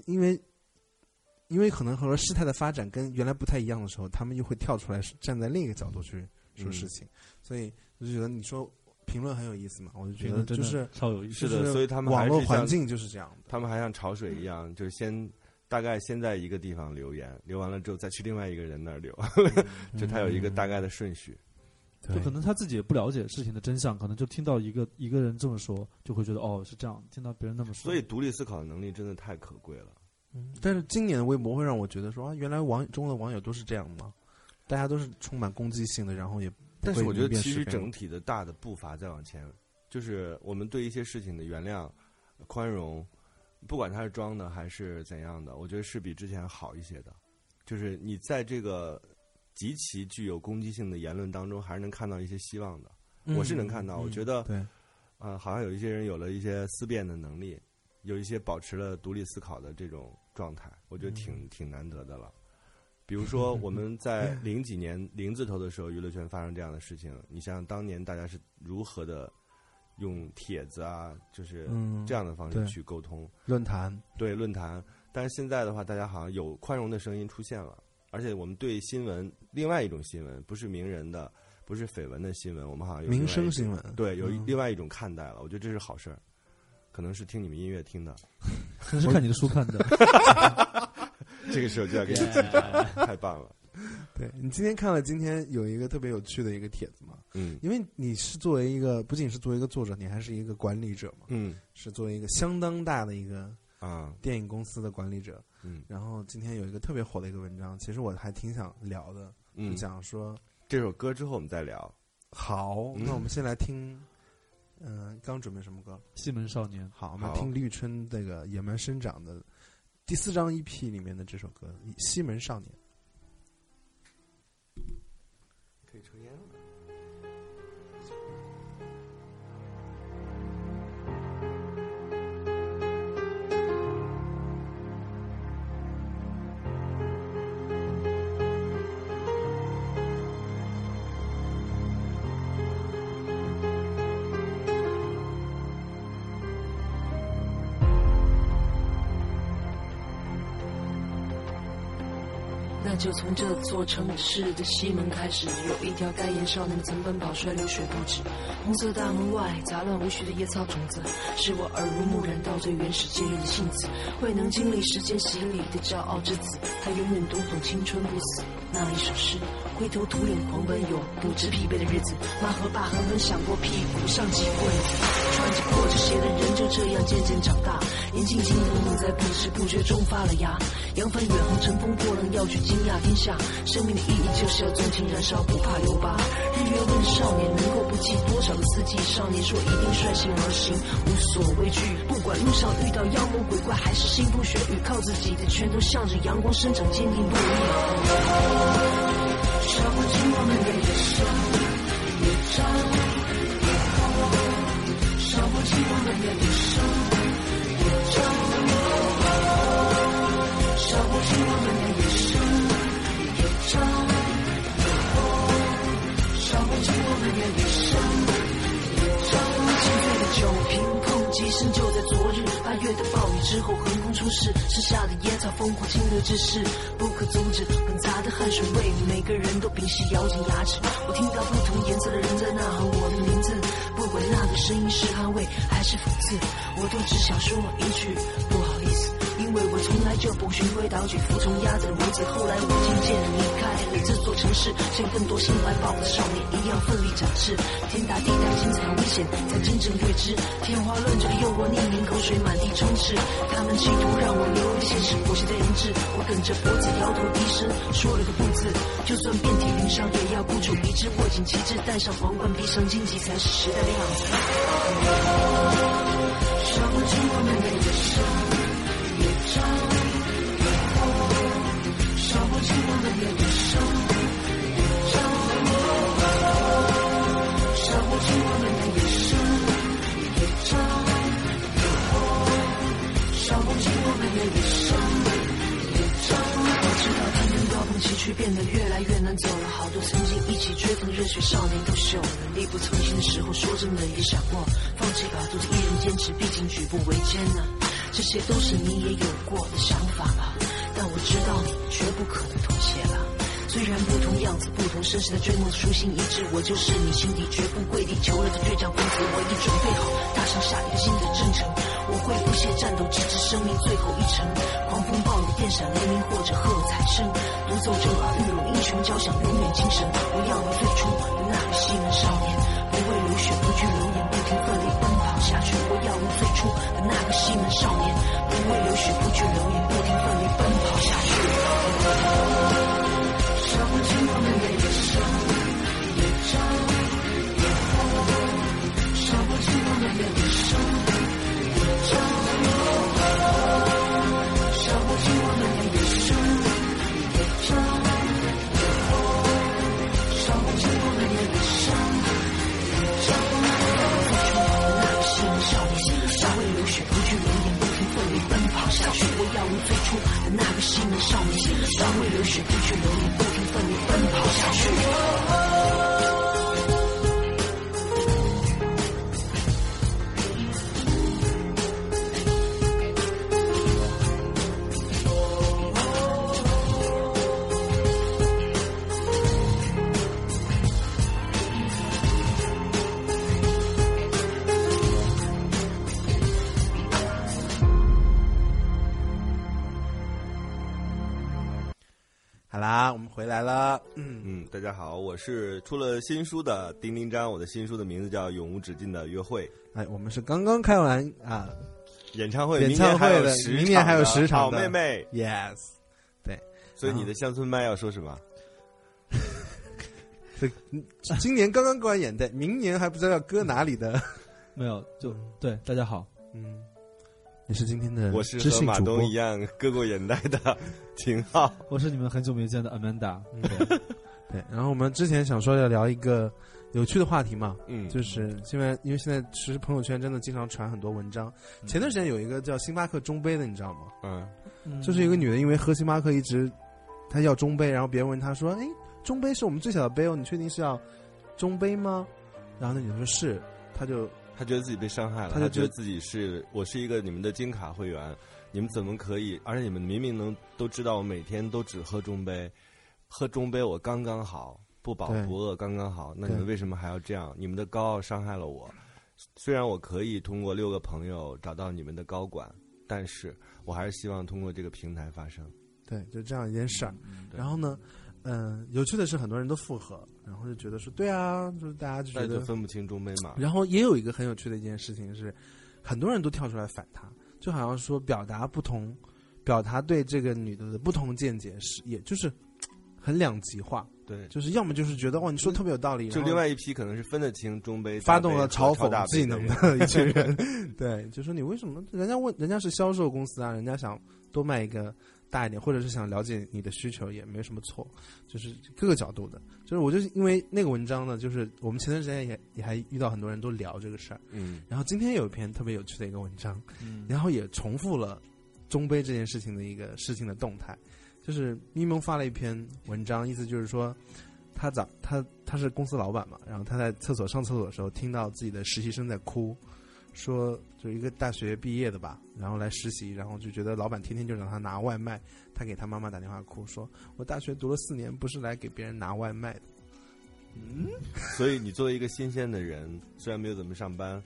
因为因为可能和事态的发展跟原来不太一样的时候，他们又会跳出来站在另一个角度去说事
嗯
情，所以我就觉得你说评论很有意思嘛，我就觉
评
得
论真
就
的
是
超有意思
是。的
就是
所以他们还
网
是
络环
像
境就是这样的。
他们还像潮水一样，就是先大概先在一个地方留言，留完了之后再去另外一个人那儿留， 就他有一
嗯
个大概的顺序。
对
就可能他自己也不了解事情的真相，可能就听到一个一个人这么说，就会觉得哦是这样。听到别人那么说，
所 以独立思考的能力真的太可贵了。
但是今年的微博会让我觉得说啊，原来网中的网友都是这样吗？大家都是充满攻击性的，然后也
但是我觉得
会
其实
明辨是非
整体的大的步伐在往前，就是我们对一些事情的原谅、宽容，不管它是装的还是怎样的，我觉得是比之前好一些的。就是你在这个极其具有攻击性的言论当中，还是能看到一些希望的。我是能看到，我觉得
嗯对，
呃，好像有一些人有了一些思辨的能力，有一些保持了独立思考的这种状态，我觉得挺、
嗯
挺难得的了。比如说，我们 在零几年零字头的时候，娱乐圈发生这样的事情，你想想当年大家是如何的用帖子啊，就是
嗯
这样的方
对
式去沟通，
论坛
对论坛。但是现在的话，大家好像有宽容的声音出现了，而且我们对新闻另外一种新闻，不是名人的，不是绯闻的新闻，我们好像有另
民
外一
生
种
新闻，
对，有一
嗯
另外一种看待了，我觉得这是好事儿。可能是听你们音乐听的，
可能是看你的书看的。
这个时候就要 给你 太棒了。
对你今天看了今天有一个特别有趣的一个帖子嘛？
嗯
因为你是作为一个不仅是作为一个作者，你还是一个管理者嘛，
嗯
是作为一个相当大的一个
啊
电影公司的管理者。
嗯
然后今天有一个特别火的一个文章，其实我还挺想聊的，就
嗯，
讲说
这首歌之后我们再聊。
好，
嗯
那我们先来听，嗯，刚准备什么歌？
西门少年，
好，我们
好
听绿春那个《野蛮生长》的第四张 EP 里面的这首歌《西门少年》。
可以抽烟了。
那就从这座城市的西门开始，有一条该沿少年曾奔跑，摔流血不止。红色大门外，杂乱无序的野草种子，是我耳濡目染到最原始节日的性子。未能经历时间洗礼的骄傲之子，他永远读懂青春不死。那一首诗，灰头土脸狂奔，永不知疲惫的日子。妈和爸狠狠想过屁股上几棍子，穿着破旧鞋的人就这样渐渐长大。年轻轻的梦在不知不觉中发了芽，扬帆远航，乘风破浪，要去惊讶天下。生命的意义就是要纵情燃烧，不怕留疤。日月问少年，能够不计多少的四季？少年说一定率性而行，无所畏惧。不管路上遇到妖魔鬼怪，还是腥风血雨，靠自己的拳头向着阳光生长，坚定不移。照不进我们的野兽，越照越红。照不进我们的野兽，越照越红。照不进我们的野兽，越照越红。照不进我们的野兽，越照越红。心碎的酒瓶碰击声就在昨日，八月的暴雨之后横空出世，剩下的野草疯狂侵略之势不可阻止，滚砸的汗水为每个人都屏息，咬紧牙齿。我听到不同颜色的人在呐喊我的名字，不管那个声音是捍卫还是讽刺，我都只想说一句不好意思。因为我从来就不循规蹈矩，服从鸭子的模子。后来我渐渐地离开了这座城市，像更多心怀抱负的少年一样奋力展翅。天大地大，精彩危险才真正略知。天花乱坠的诱惑，匿名口水满地充斥。他们企图让我流离现实，妥协的人质。我梗着脖子摇头低声说了个不字，就算遍体鳞伤，也要孤注一掷。握紧旗帜，戴上皇冠，披上荆棘，才是时代的样子。照不进我们的眼神，越照越红。照不进我们的眼神，越照越红。照不进我们的眼神，越照越红。照不进我们的眼神，越照越红。我知道他们高峰崎岖变得越来越难走了，好多曾经一起追风热血少年都锈了。力不从心的时候，说真的也想过放弃吧，独自一人坚持，毕竟举步维艰呢、这些都是你也有过的想法吧？但我知道你绝不可能妥协了。虽然不同样子、不同身世的追梦初心一致，我就是你心底绝不跪地求饶的倔强公子。我已准备好踏上下一个新的征程，我会不懈战斗，直至生命最后一程。狂风暴雨、电闪雷鸣或者喝彩声，独奏正而玉龙英雄交响，永远精神。我要你最初的那个西门少年，不畏流血，不惧流言，不停奋力奔跑下去。我要你最初的那个西门少年，不畏流血，不惧流言，不停奋力奔跑下去。照不进我们的眼神，越照越红。照不进我们的眼神，越照越红。照不进我们的眼神，越照越红。照不进我们的眼神，越照越红。最初的那个心少年，不畏流血，不惧流言，不停奋力奔跑下去。我要你最初的那个心少年，不畏流血，不惧流言，不停奋力奔跑下去。
好啦，我们回来了。嗯，
嗯，大家好，我是出了新书的丁丁张，我的新书的名字叫《永无止境的约会》。
哎，我们是刚刚开完啊
演唱会，
演唱会的，明
明
年
年
还有
十
十场
场的好
的啊
妹妹。
，yes，
所以你的乡村麦要说什么？
今年刚刚过完眼袋，明年还不知道要搁哪里的。
没有，就对大家好，
嗯，你是今天的
我是
呃知
和
性
马
主播
东一，样割过眼袋的 秦昊。
我是你们很久没见的 Amanda。
嗯对 对。然后我们之前想说要聊一个有趣的话题嘛，
嗯，
就是现在，因为现在其实朋友圈真的经常传很多文章。前段时间有一个叫星巴克中杯的，你知道吗？
嗯，
就是一个女的，因为喝星巴克一直她要中杯，然后别人问她说：“哎，中杯是我们最小的杯哦，你确定是要中杯吗？”然后那女的说是，她就
他觉得自己被伤害
他
了，他
就
觉
觉
得
得
自己是我是一个你们的金卡会员，你们怎么可以？而且你们明明能都知道，我每天都只喝中杯，喝中杯我刚刚好，不饱
对
不饿刚刚好。那你
对
们为什么还要这样？你们的高傲伤害了我。虽然我可以通过六个朋友找到你们的高管，但是我还是希望通过这个平台发声。
对，就这样一件事儿。
对
然后呢，嗯、有趣的是很多人都附和，然后就觉得说对啊，就是大家就
那
觉
就
得。
分不清中杯嘛。
然后也有一个很有趣的一件事情是，很多人都跳出来反他，就好像说表达不同，表达对这个女的的不同见解是，也就是嘖很两极化，
对，
就是要么就是觉得哇你说得特别有道理，
就
然后
另外一批可能是分得清中杯，
发动了
超
嘲讽技能的一群人，对，就说你为什么？人家问，人家是销售公司啊，人家想多卖一个大一点，或者是想了解你的需求，也没什么错，就是各个角度的。就是我就是因为那个文章呢，就是我们前段时间也也还遇到很多人都聊这个事儿，
嗯，
然后今天有一篇特别有趣的一个文章，
嗯
然后也重复了中杯这件事情的一个事情的动态，就是咪蒙发了一篇文章，意思就是说，他早他他是公司老板嘛，然后他在厕所上厕所的时候听到自己的实习生在哭，说就一个大学毕业的吧，然后来实习，然后就觉得老板天天就让他拿外卖，他给他妈妈打电话哭说，我大学读了四年，不是来给别人拿外卖的，
所以你作为一个新鲜的人，虽然没有怎么上班，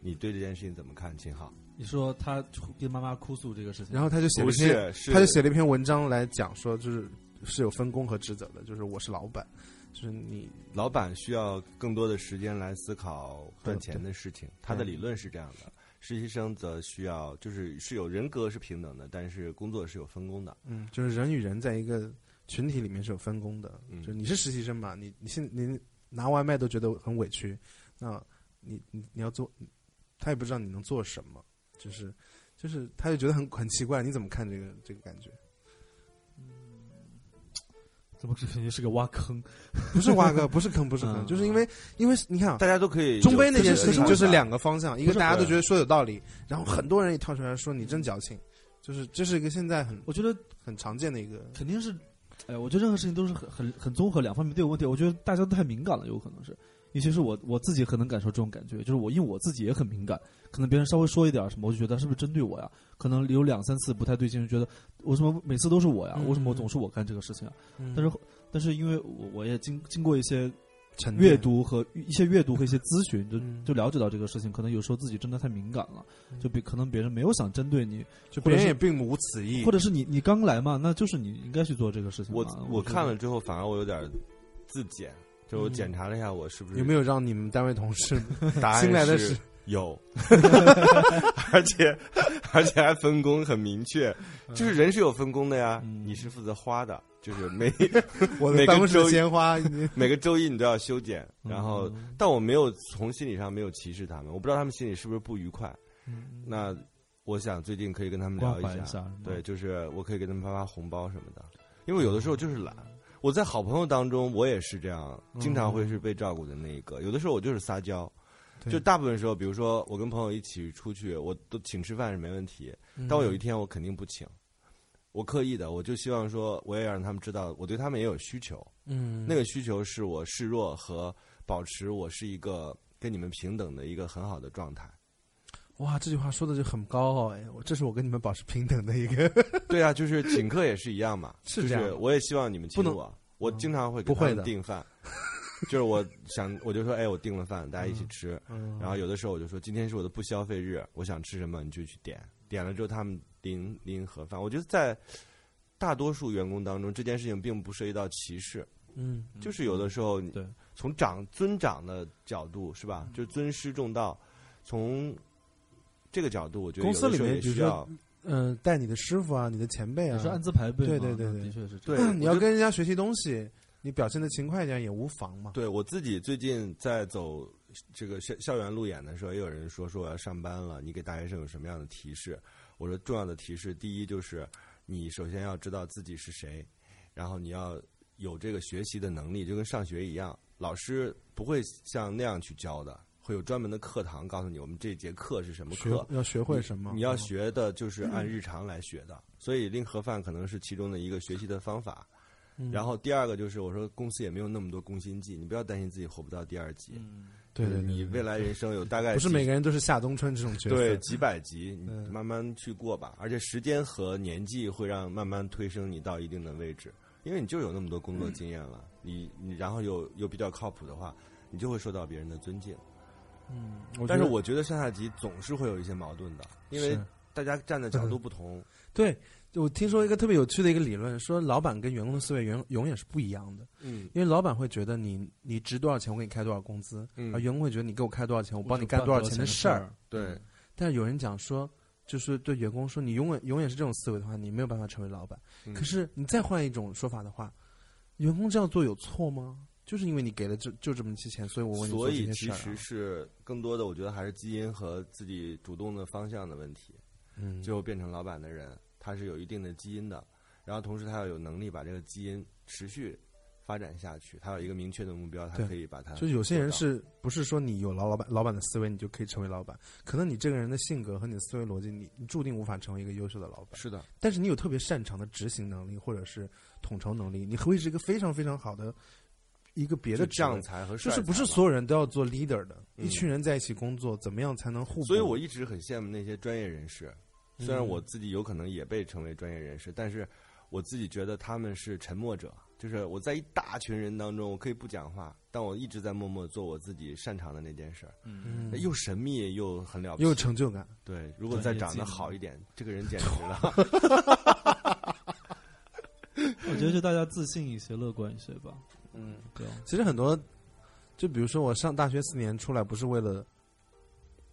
你对这件事情怎么看？秦昊
你说他跟妈妈哭诉这个事情，
然后他就写了
不
一篇
是，是
他就写了一篇文章来讲说，就是是有分工和职责的，就是我是老板，就是你
老板需要更多的时间来思考赚钱的事情，他的理论是这样的。实习生则需要，就是是有人格是平等的，但是工作是有分工的。
嗯，就是人与人在一个群体里面是有分工的，
嗯
就是你是实习生嘛，你你现你拿外卖都觉得很委屈，那你你你要做，他也不知道你能做什么，就是就是他就觉得很很奇怪，你怎么看这个这个感觉？
怎么感觉是个挖坑？
不是挖哥，不是坑，不是坑，
嗯
就是因为因为你看啊
大家都可以
中杯
有
那件事情就是
自己的看法
两个方向，一个
不是
大家都觉得说有道理，然后很多人也跳出来说你真矫情，就是这是一个现在很
我觉得
很常见的一个，
肯定是，哎，我觉得任何事情都是很很很综合两方面都有问题。我觉得大家都太敏感了，有可能是，尤其是我我自己很能感受这种感觉，就是我因为我自己也很敏感，可能别人稍微说一点儿什么，我就觉得是不是针对我呀？可能有两三次不太对劲，就觉得为什么每次都是我呀？
嗯
为什么总是我干这个事情啊？
但
但是但是因为我我也经经过一些
沉淀
阅，读和一些阅读和一些咨询，就
嗯
就了解到这个事情，可能有时候自己真的太敏感了，
嗯
就比可能别人没有想针对你，
就
或
别
者
人
是
也并无此意
或。者是你你刚来嘛，那就是你应该去做这个事情嘛。
我
嗯
我
觉得
看了之后，反而我有点自检，就我
嗯
检查了一下我是不是
有没有让你们单位同事？
答案
新来的
是
是
有，而且而且还分工很明确，就是人是有分工的呀。
嗯
你是负责花的，就是每
我
每
的
个
办公室
周一
鲜花， 你
每个周一你都要修剪，然后
嗯
但我没有从心理上没有歧视他们，我不知道他们心里是不是不愉快。那我想最近可以跟他们聊
嗯关怀一
下
下
嗯
是吗，
对，就是我可以给他们发发红包什么的，因为有的时候就是懒。我在好朋友当中，我也是这样，经常会是被照顾的那一个。有的时候我就是撒娇，
嗯对
就大部分时候，比如说我跟朋友一起出去，我都请吃饭是没问题，
嗯
嗯
但我有一天我肯定不请，我刻意的，我就希望说我也让他们知道，我对他们也有需求。
嗯
那个需求是我示弱和保持我是一个跟你们平等的一个很好的状态。
哇，这句话说的就很高傲哎，我这是我跟你们保持平等的一个，
对啊，就是请客也是一样嘛，
是
就
这样
是
的
我也希望你们请
不能
我，我经常会给
不
他
会
们
的
订饭， 就是我想我就说，哎，我订了饭，大家一起吃。
嗯
然后有的时候我就说，今天是我的不消费日，我想吃什么你就去点，点了之后他们拎拎盒饭。我觉得在大多数员工当中，这件事情并不涉及到歧视，
嗯，
就是有的时候你
对
从长尊长的角度是
嗯
吧？就尊师重道，从这个角度，我觉得
公
有的
司里
时候
面
也
比如
需
说
要
嗯，带你的师傅啊，你的前辈
也
啊
是，按资排辈嘛，
对对对
那
对
的确是这样。
对，
你
我
要
就
跟人家学习东西，你表现的勤快一点也无妨嘛。
对我自己最近在走这个校校园路演的时候，也有人说说我要上班了，你给大学生有什么样的提示？我说重要的提示，第一就是你首先要知道自己是谁，然后你要有这个学习的能力，就跟上学一样，老师不会像那样去教的，会有专门的课堂告诉你我们这节课是什么
学
课，
要学会什么？
你要
嗯
学的就是按日常来学的，所以拎盒饭可能是其中的一个学习的方法。
嗯
然后第二个就是我说公司也没有那么多攻心计，你不要担心自己活不到第二集，
嗯，
对对对，
你未来人生有大概
不是
几
每个人都是夏冬春这种角色，
哎对几百集，你
嗯
慢慢去过吧。而且时间和年纪会让慢慢推升你到一定的位置，因为你就有那么多工作经验了，你你然后又又比较靠谱的话，你就会受到别人的尊敬。
嗯，
我觉得
但是我觉得上下集总是会有一些矛盾的，因为
是
大家站的角度不同。
对，就我听说一个特别有趣的一个理论，说老板跟员工的思维永永远是不一样的，
嗯
因为老板会觉得你你值多少钱，我给你开多少工资，
嗯
而员工会觉得你给我开多少钱，我帮你干
多
少钱
的
事儿。，
对，
但是有人讲说，就是对员工说，你永远永远是这种思维的话，你没有办法成为老板。
嗯
可是你再换一种说法的话，员工这样做有错吗？就是因为你给了就就这么些钱，所以我问你做
所
这
以
些
其
事儿、啊。
实是更多的，我觉得还是基因和自己主动的方向的问题。
嗯，
最后变成老板的人，他是有一定的基因的，然后同时他要有能力把这个基因持续发展下去，他有一个明确的目标，他
对
可以把它啊做到。
就是有些人是不是说你有老老板老板的思维，你就可以成为老板？可能你这个人的性格和你的思维逻辑，你你注定无法成为一个优秀的老板。
是的，
但是你有特别擅长的执行能力，或者是统筹能力，你会是一个非常非常好的一个别
别
的
的
职位
将才和
就
帅
是
才
不是
嘛
所有人都要做 leader 的？
嗯
一群人在一起工作，怎么样才能互补？
所以我一直很羡慕那些专业人士，虽然
嗯
我自己有可能也被成为专业人士，但是我自己觉得他们是沉默者，就是我在一大群人当中，我可以不讲话，但我一直在默默做我自己擅长的那件事儿，
嗯，
嗯
又神秘又很了不起，
又有成就感，
对，如果
专
再
业
长
技
得
能
好一点，这个 人简直了。
我觉得就大家自信一些，乐观一些吧。
嗯，
对啊，
其实很多，就比如说我上大学四年出来，不是为了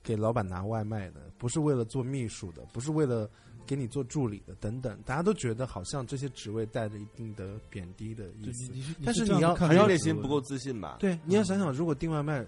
给老板拿外卖的，不是为了做秘书的，不是为了给你做助理的，等等，大家都觉得好像这些职位带着一定的贬低的意
就
思。
你
但是
是这
你
样
要
看
还
待
要
这
内
个
心
问
不够
题
自信吧？
对，你要想想，如果订外卖，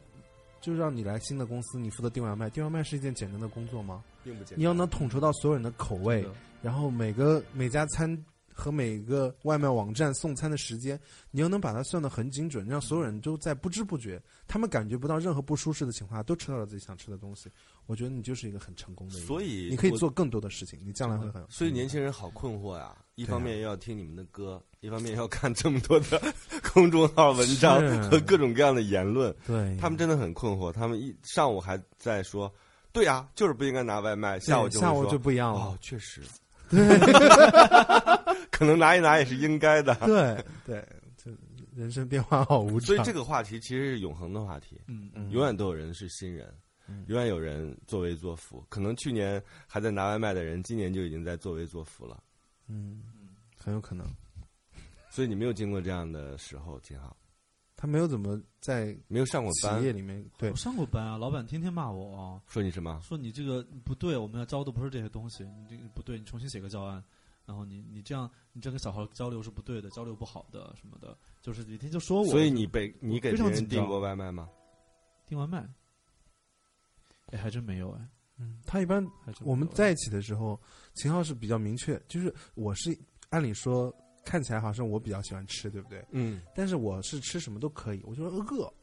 就让你来新的公司，你负责订外卖，订外卖是一件简单的工作吗？
并不简单。
你要能统筹到所有人的口味，
的
然后每个每家餐和每个外卖网站送餐的时间，你要能把它算得很精准，让所有人都在不知不觉，他们感觉不到任何不舒适的情况下，都吃到了自己想吃的东西。我觉得你就是一个很成功的人，
所以
你可以
我
做，更多的事情，你将来会很。
所以年轻人好困惑呀、一
对啊
方面要听你们的歌，一方面要看这么多的 公众号文章和各种各样的言论，
对
他们真的很困惑。他们一上午还在说，对啊，就是不应该拿外卖，
对
下午就会
下午
说
就不一样了
哦，，确实，可能拿一拿也是应该 的。
对对，这人生变化好无常。
所以这个话题其实是永恒的话题，
嗯啊嗯，
嗯
永远都有人是新人，永远有人作威作福。可能去年还在拿外卖的人，今年就已经在作威作福了。
嗯，很有可能
所以你没有经过这样的时候，挺好。
他没有怎么在
没有上过
企
班
业，里面对
我上过班啊，老板天天骂我啊，
说你什么？
说你这个不对，我们要招的不是这些东西，你这个不对，你重新写个教案，然后你你这样你这样跟小孩交流是不对的，交流不好的什么的，就是每天就说我。
所以你被你给别
非常
人
紧张
订过外卖吗？
订外卖，哎，还真没有哎，
嗯，他一般
还真没有哎
我们在一起的时候，秦昊是比较明确，就是我是按理说看起来好像我比较喜欢吃，对不对？
嗯，
但是我是吃什么都可以，我就说呃饿，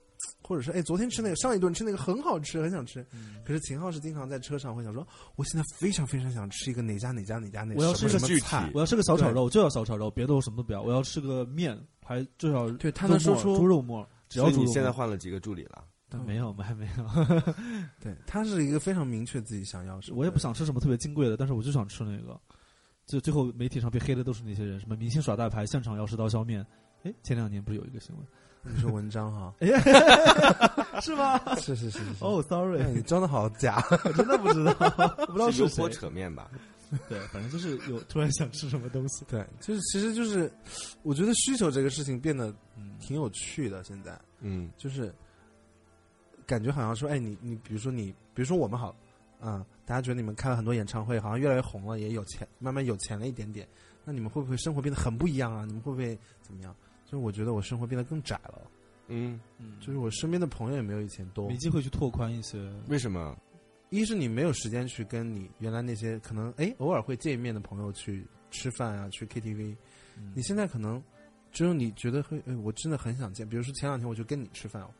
或者是哎，昨天吃那个，上一顿吃那个很好吃，很想吃。
嗯
可是秦昊是经常在车上会想说，我现在非常非常想吃一个哪家哪家哪家哪
我要
什么
吃一
什
个
么
具
菜
体。
我要吃个小炒肉，就要小炒肉，别的我什么都不要。我要吃个面，还最少
对他
肉
能说
末
出
猪肉末，只要
所以
猪肉
你
末。
现在换了几个助理了？
但没有，我们还没有。
嗯对他是一个非常明确自己想要什么。
我也不，想吃什么特别金贵的，但是我就想吃那个。就最后媒体上被黑的都是那些人，什么明星耍大牌，现场要食刀削面。哎，前两年不是有一个新闻？，
你说文章哈
是吗？
是是是是是
哦、s o r r
哎
y
你装的好假，
真的不知道，我不知道
是油
是
泼
谁。
扯面吧？
对，反正就是有突然想吃什么东西。
对，就是其实就是，我觉得需求这个事情变得
嗯，
挺有趣的，现在。
嗯，
就是感觉好像说，哎，你你比如说你，比如说我们好，嗯，大家觉得你们开了很多演唱会，好像越来越红了，也有钱，慢慢有钱了一点点，那你们会不会生活变得很不一样啊？你们会不会怎么样？就是我觉得我生活变得更窄了，
嗯，
嗯
就是我身边的朋友也没有以前多
没。机会去拓宽一些。
为什么？
一是你没有时间去跟你原来那些可能哎偶尔会见一面的朋友去吃饭啊，去 KTV。
嗯
你现在可能只有你觉得会，哎，我真的很想见。比如说前两天我就跟你吃饭、哦，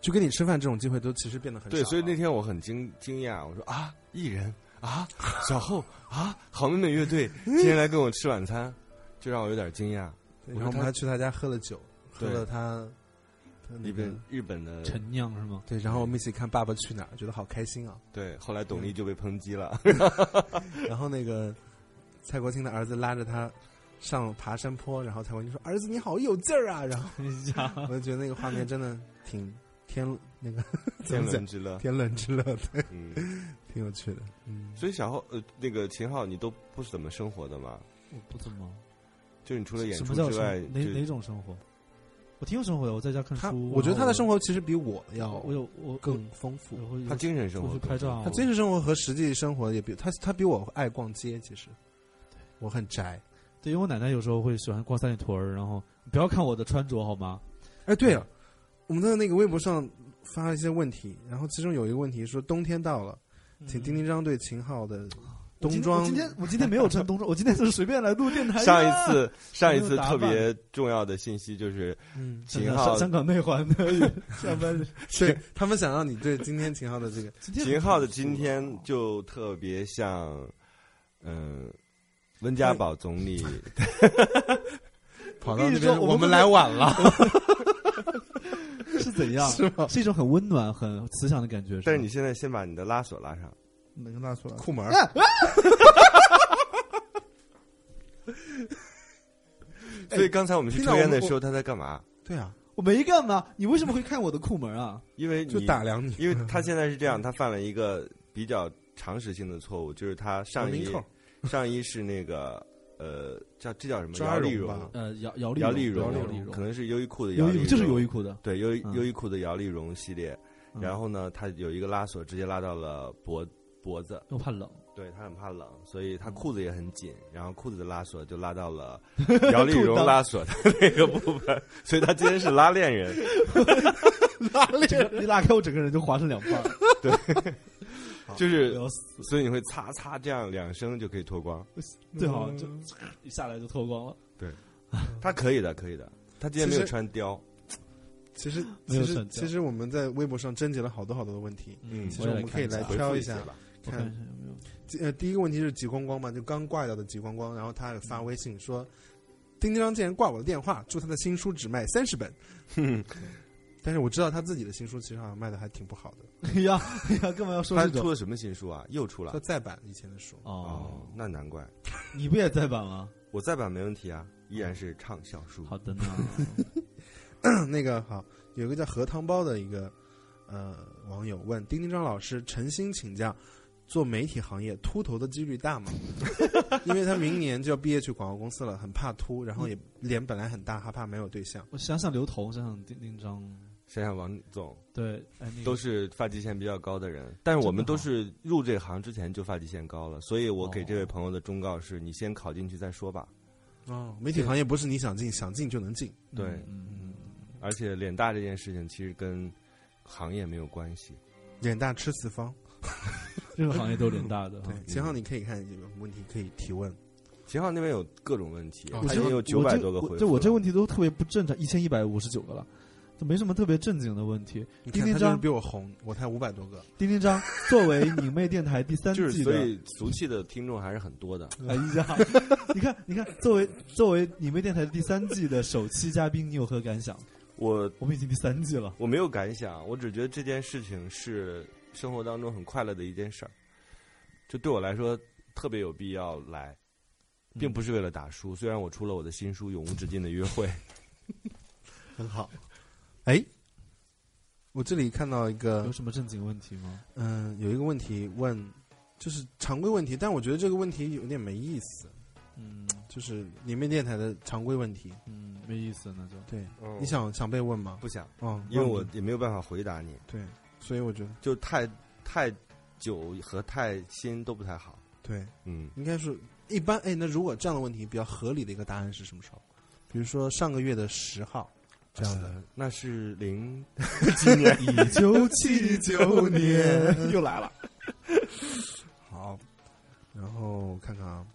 就跟你吃饭这种机会都其实变得很少
对，
了。
所以那
啊
天我很惊惊讶，我说啊，艺人啊，
嗯
小后啊，好妹妹乐队今天来跟我吃晚餐，这让我有点惊讶。
对然
我
后我
说
们
他
还去他家喝了酒，喝
对
了他他
嗯
那
日
个
本日本的
陈酿是吗？
对，然后我们一起看《爸爸去哪儿》，觉得好开心啊。
对，后来
嗯
董力就被抨击 了，
然后那个蔡国庆的儿子拉着他上爬山坡，然后蔡国庆说：“儿子，你好有劲儿啊！”然后 我就觉得那个画面真的挺天 那个怎
天
么讲
伦之乐。
天伦之乐的，
嗯，
挺有趣的。嗯，
所以小浩呃，那个秦昊，你都不是怎么生活的吗？
我不怎么。
就你除了演
什
出
么叫
之
生
外，
哪
就
哪种生活？我挺有生活的，我在家看
他
书。
我觉得他的生
活，
活其实比我的要
嗯我有我
更丰富
我。会
他精神生活
出去拍照
他精神生活和实际生活也比他他比我爱逛街，其实我很宅。
对，因为我奶奶有时候会喜欢逛三里屯儿，然后不要看我的穿着好吗？
哎，对
啊
了，我们在那个微博上发了一些问题，然后其中有一个问题说冬天到了，请丁丁张对秦昊的
我今
冬装
嗯我今天我今天没有穿冬装，我今天就是随便来录电台的。
上一次上一
没有
次
打
特
扮
别重要的信息就是
嗯，
秦
真的
昊
香香港内环的 上班日，
对他们想让你对今天秦昊的这 个，
今
秦
天
昊的今天就特别像，嗯、温家宝总 理
跑
跟
到
你
那边
说
我
我们
们来晚了，
是 怎样？
是吗？
是一种很温暖、很慈祥的感觉。
但是
吧
你现在先把你的拉锁拉上，
哪个拉出来？
裤门儿，
所以刚才我们去
听到
抽烟
我们
的时候他在干嘛？
对啊，
我没干嘛，你为什么会看我的裤门啊？
因为
就
你
打，量你，
因为 他现在是这样，他犯了一个比较常识性的错误，就是他上
文
衣
明扣
上衣是那个呃叫这叫什么？
抓
摇
绒
粒
吧
绒，
呃，摇摇粒
摇粒
绒，摇粒
绒，可能是优衣库的
优
摇粒
衣库
绒，
就是优衣库的。
对优衣
嗯
优衣库的摇粒绒系列。
嗯
然后呢，他有一个拉锁，直接拉到了脖脖子，
又怕冷，
对他很怕冷，所以他
嗯
裤子也很紧，然后裤子的拉锁就拉到了摇粒绒
裤裆
拉锁的那个部分，所以他今天是拉链 人。
整个一拉开我整个人就划成两 半儿，哎
就是
我要死，嗯
所以你会擦擦这样两声就可以脱光。
最好就一下来就脱光了。
他可以的，可以的。他今天
其
没
实
有穿貂，
其实
没有
其实
闪掉
其实我们在微博上征集了好多好多的问题，
嗯
其实我们可以来
我也来看一下
挑
回复
一
一
下
吧。
看
看
一下有没有。
呃，第一个问题是吉光光嘛，就刚挂掉的吉光光，然后他有发微信说，呃丁丁张竟然挂我的电话，祝他的新书只卖三 十本。但是我知道他自己的新书其实好像卖的还挺不好 的，
哎呀哎呀，干嘛要说
他
这
出
种？
了什么新书啊？又出
他
了
再版以前的书，
哦，
哦，那难怪。
你不也在版吗？
我再版没问题啊，依然是畅销书。
好的 呢，
那个好，有一个叫何汤包的一个呃网友问丁丁张老师，诚心请教，做媒体行业秃头的几率大吗？ 因为他明年就要毕业去广告公司了，很怕秃，然
嗯
后也脸本来很大，还怕没有对象。
我想想刘同，想想丁丁张，
想想王总
对，哎，那个
都是发际线比较高的人，但是我们都是入这行之前就发际线高了，所以
哦
我给这位朋友的忠告是：你先考进去再说吧。
哦，媒体行业不是你想进想进就能进。
嗯
对
嗯，
而且脸大这件事情其实跟行业没有关系。
脸大吃四方，
任何行业都有点大 的哈
对。，秦
嗯
昊你可以看有没有问题可以提问，
秦昊那边有各种问题，
哦我
他已
这
经
个
有九百多个回复了。
就我这问题都特别不正常，一千一百五十九个了，就没什么特别正经的问题。
你
丁
看
丁
他就是
张
比我红，我才五百多个，
丁丁张作为影妹电台第 三
就是
季
所
的，
以俗气的听众还是很多的。
哎呀，你看你看，作为作为影妹电台第三季的首期嘉宾，你有何感想？
我
我们已经第三季了，
我没有感想，我只觉得这件事情是生活当中很快乐的一件事儿，就对我来说特别有必要来，
嗯
并不是为了打书。虽然我出了我的新书《永无止境的约会》，
很好。哎，我这里看到一个
有，什么正经问题吗？
嗯、有一个问题问，就是常规问题，但我觉得这个问题有点没意思，
嗯
就是你们电台的常规问题。
嗯，没意思，那就
对，
嗯
哦
你想想被问吗？
不想，
哦，
因为
问
我
吧
也没有办法回答你，
对，所以我觉得
就太太久和太新都不太好。
对，
嗯，
应该是一般。哎，那如果这样的问题比较合理的一个答案是什么时候？比如说上个月的十号这样的。
呃那是零
今年一九七九年 又来了。
好，然后看看啊，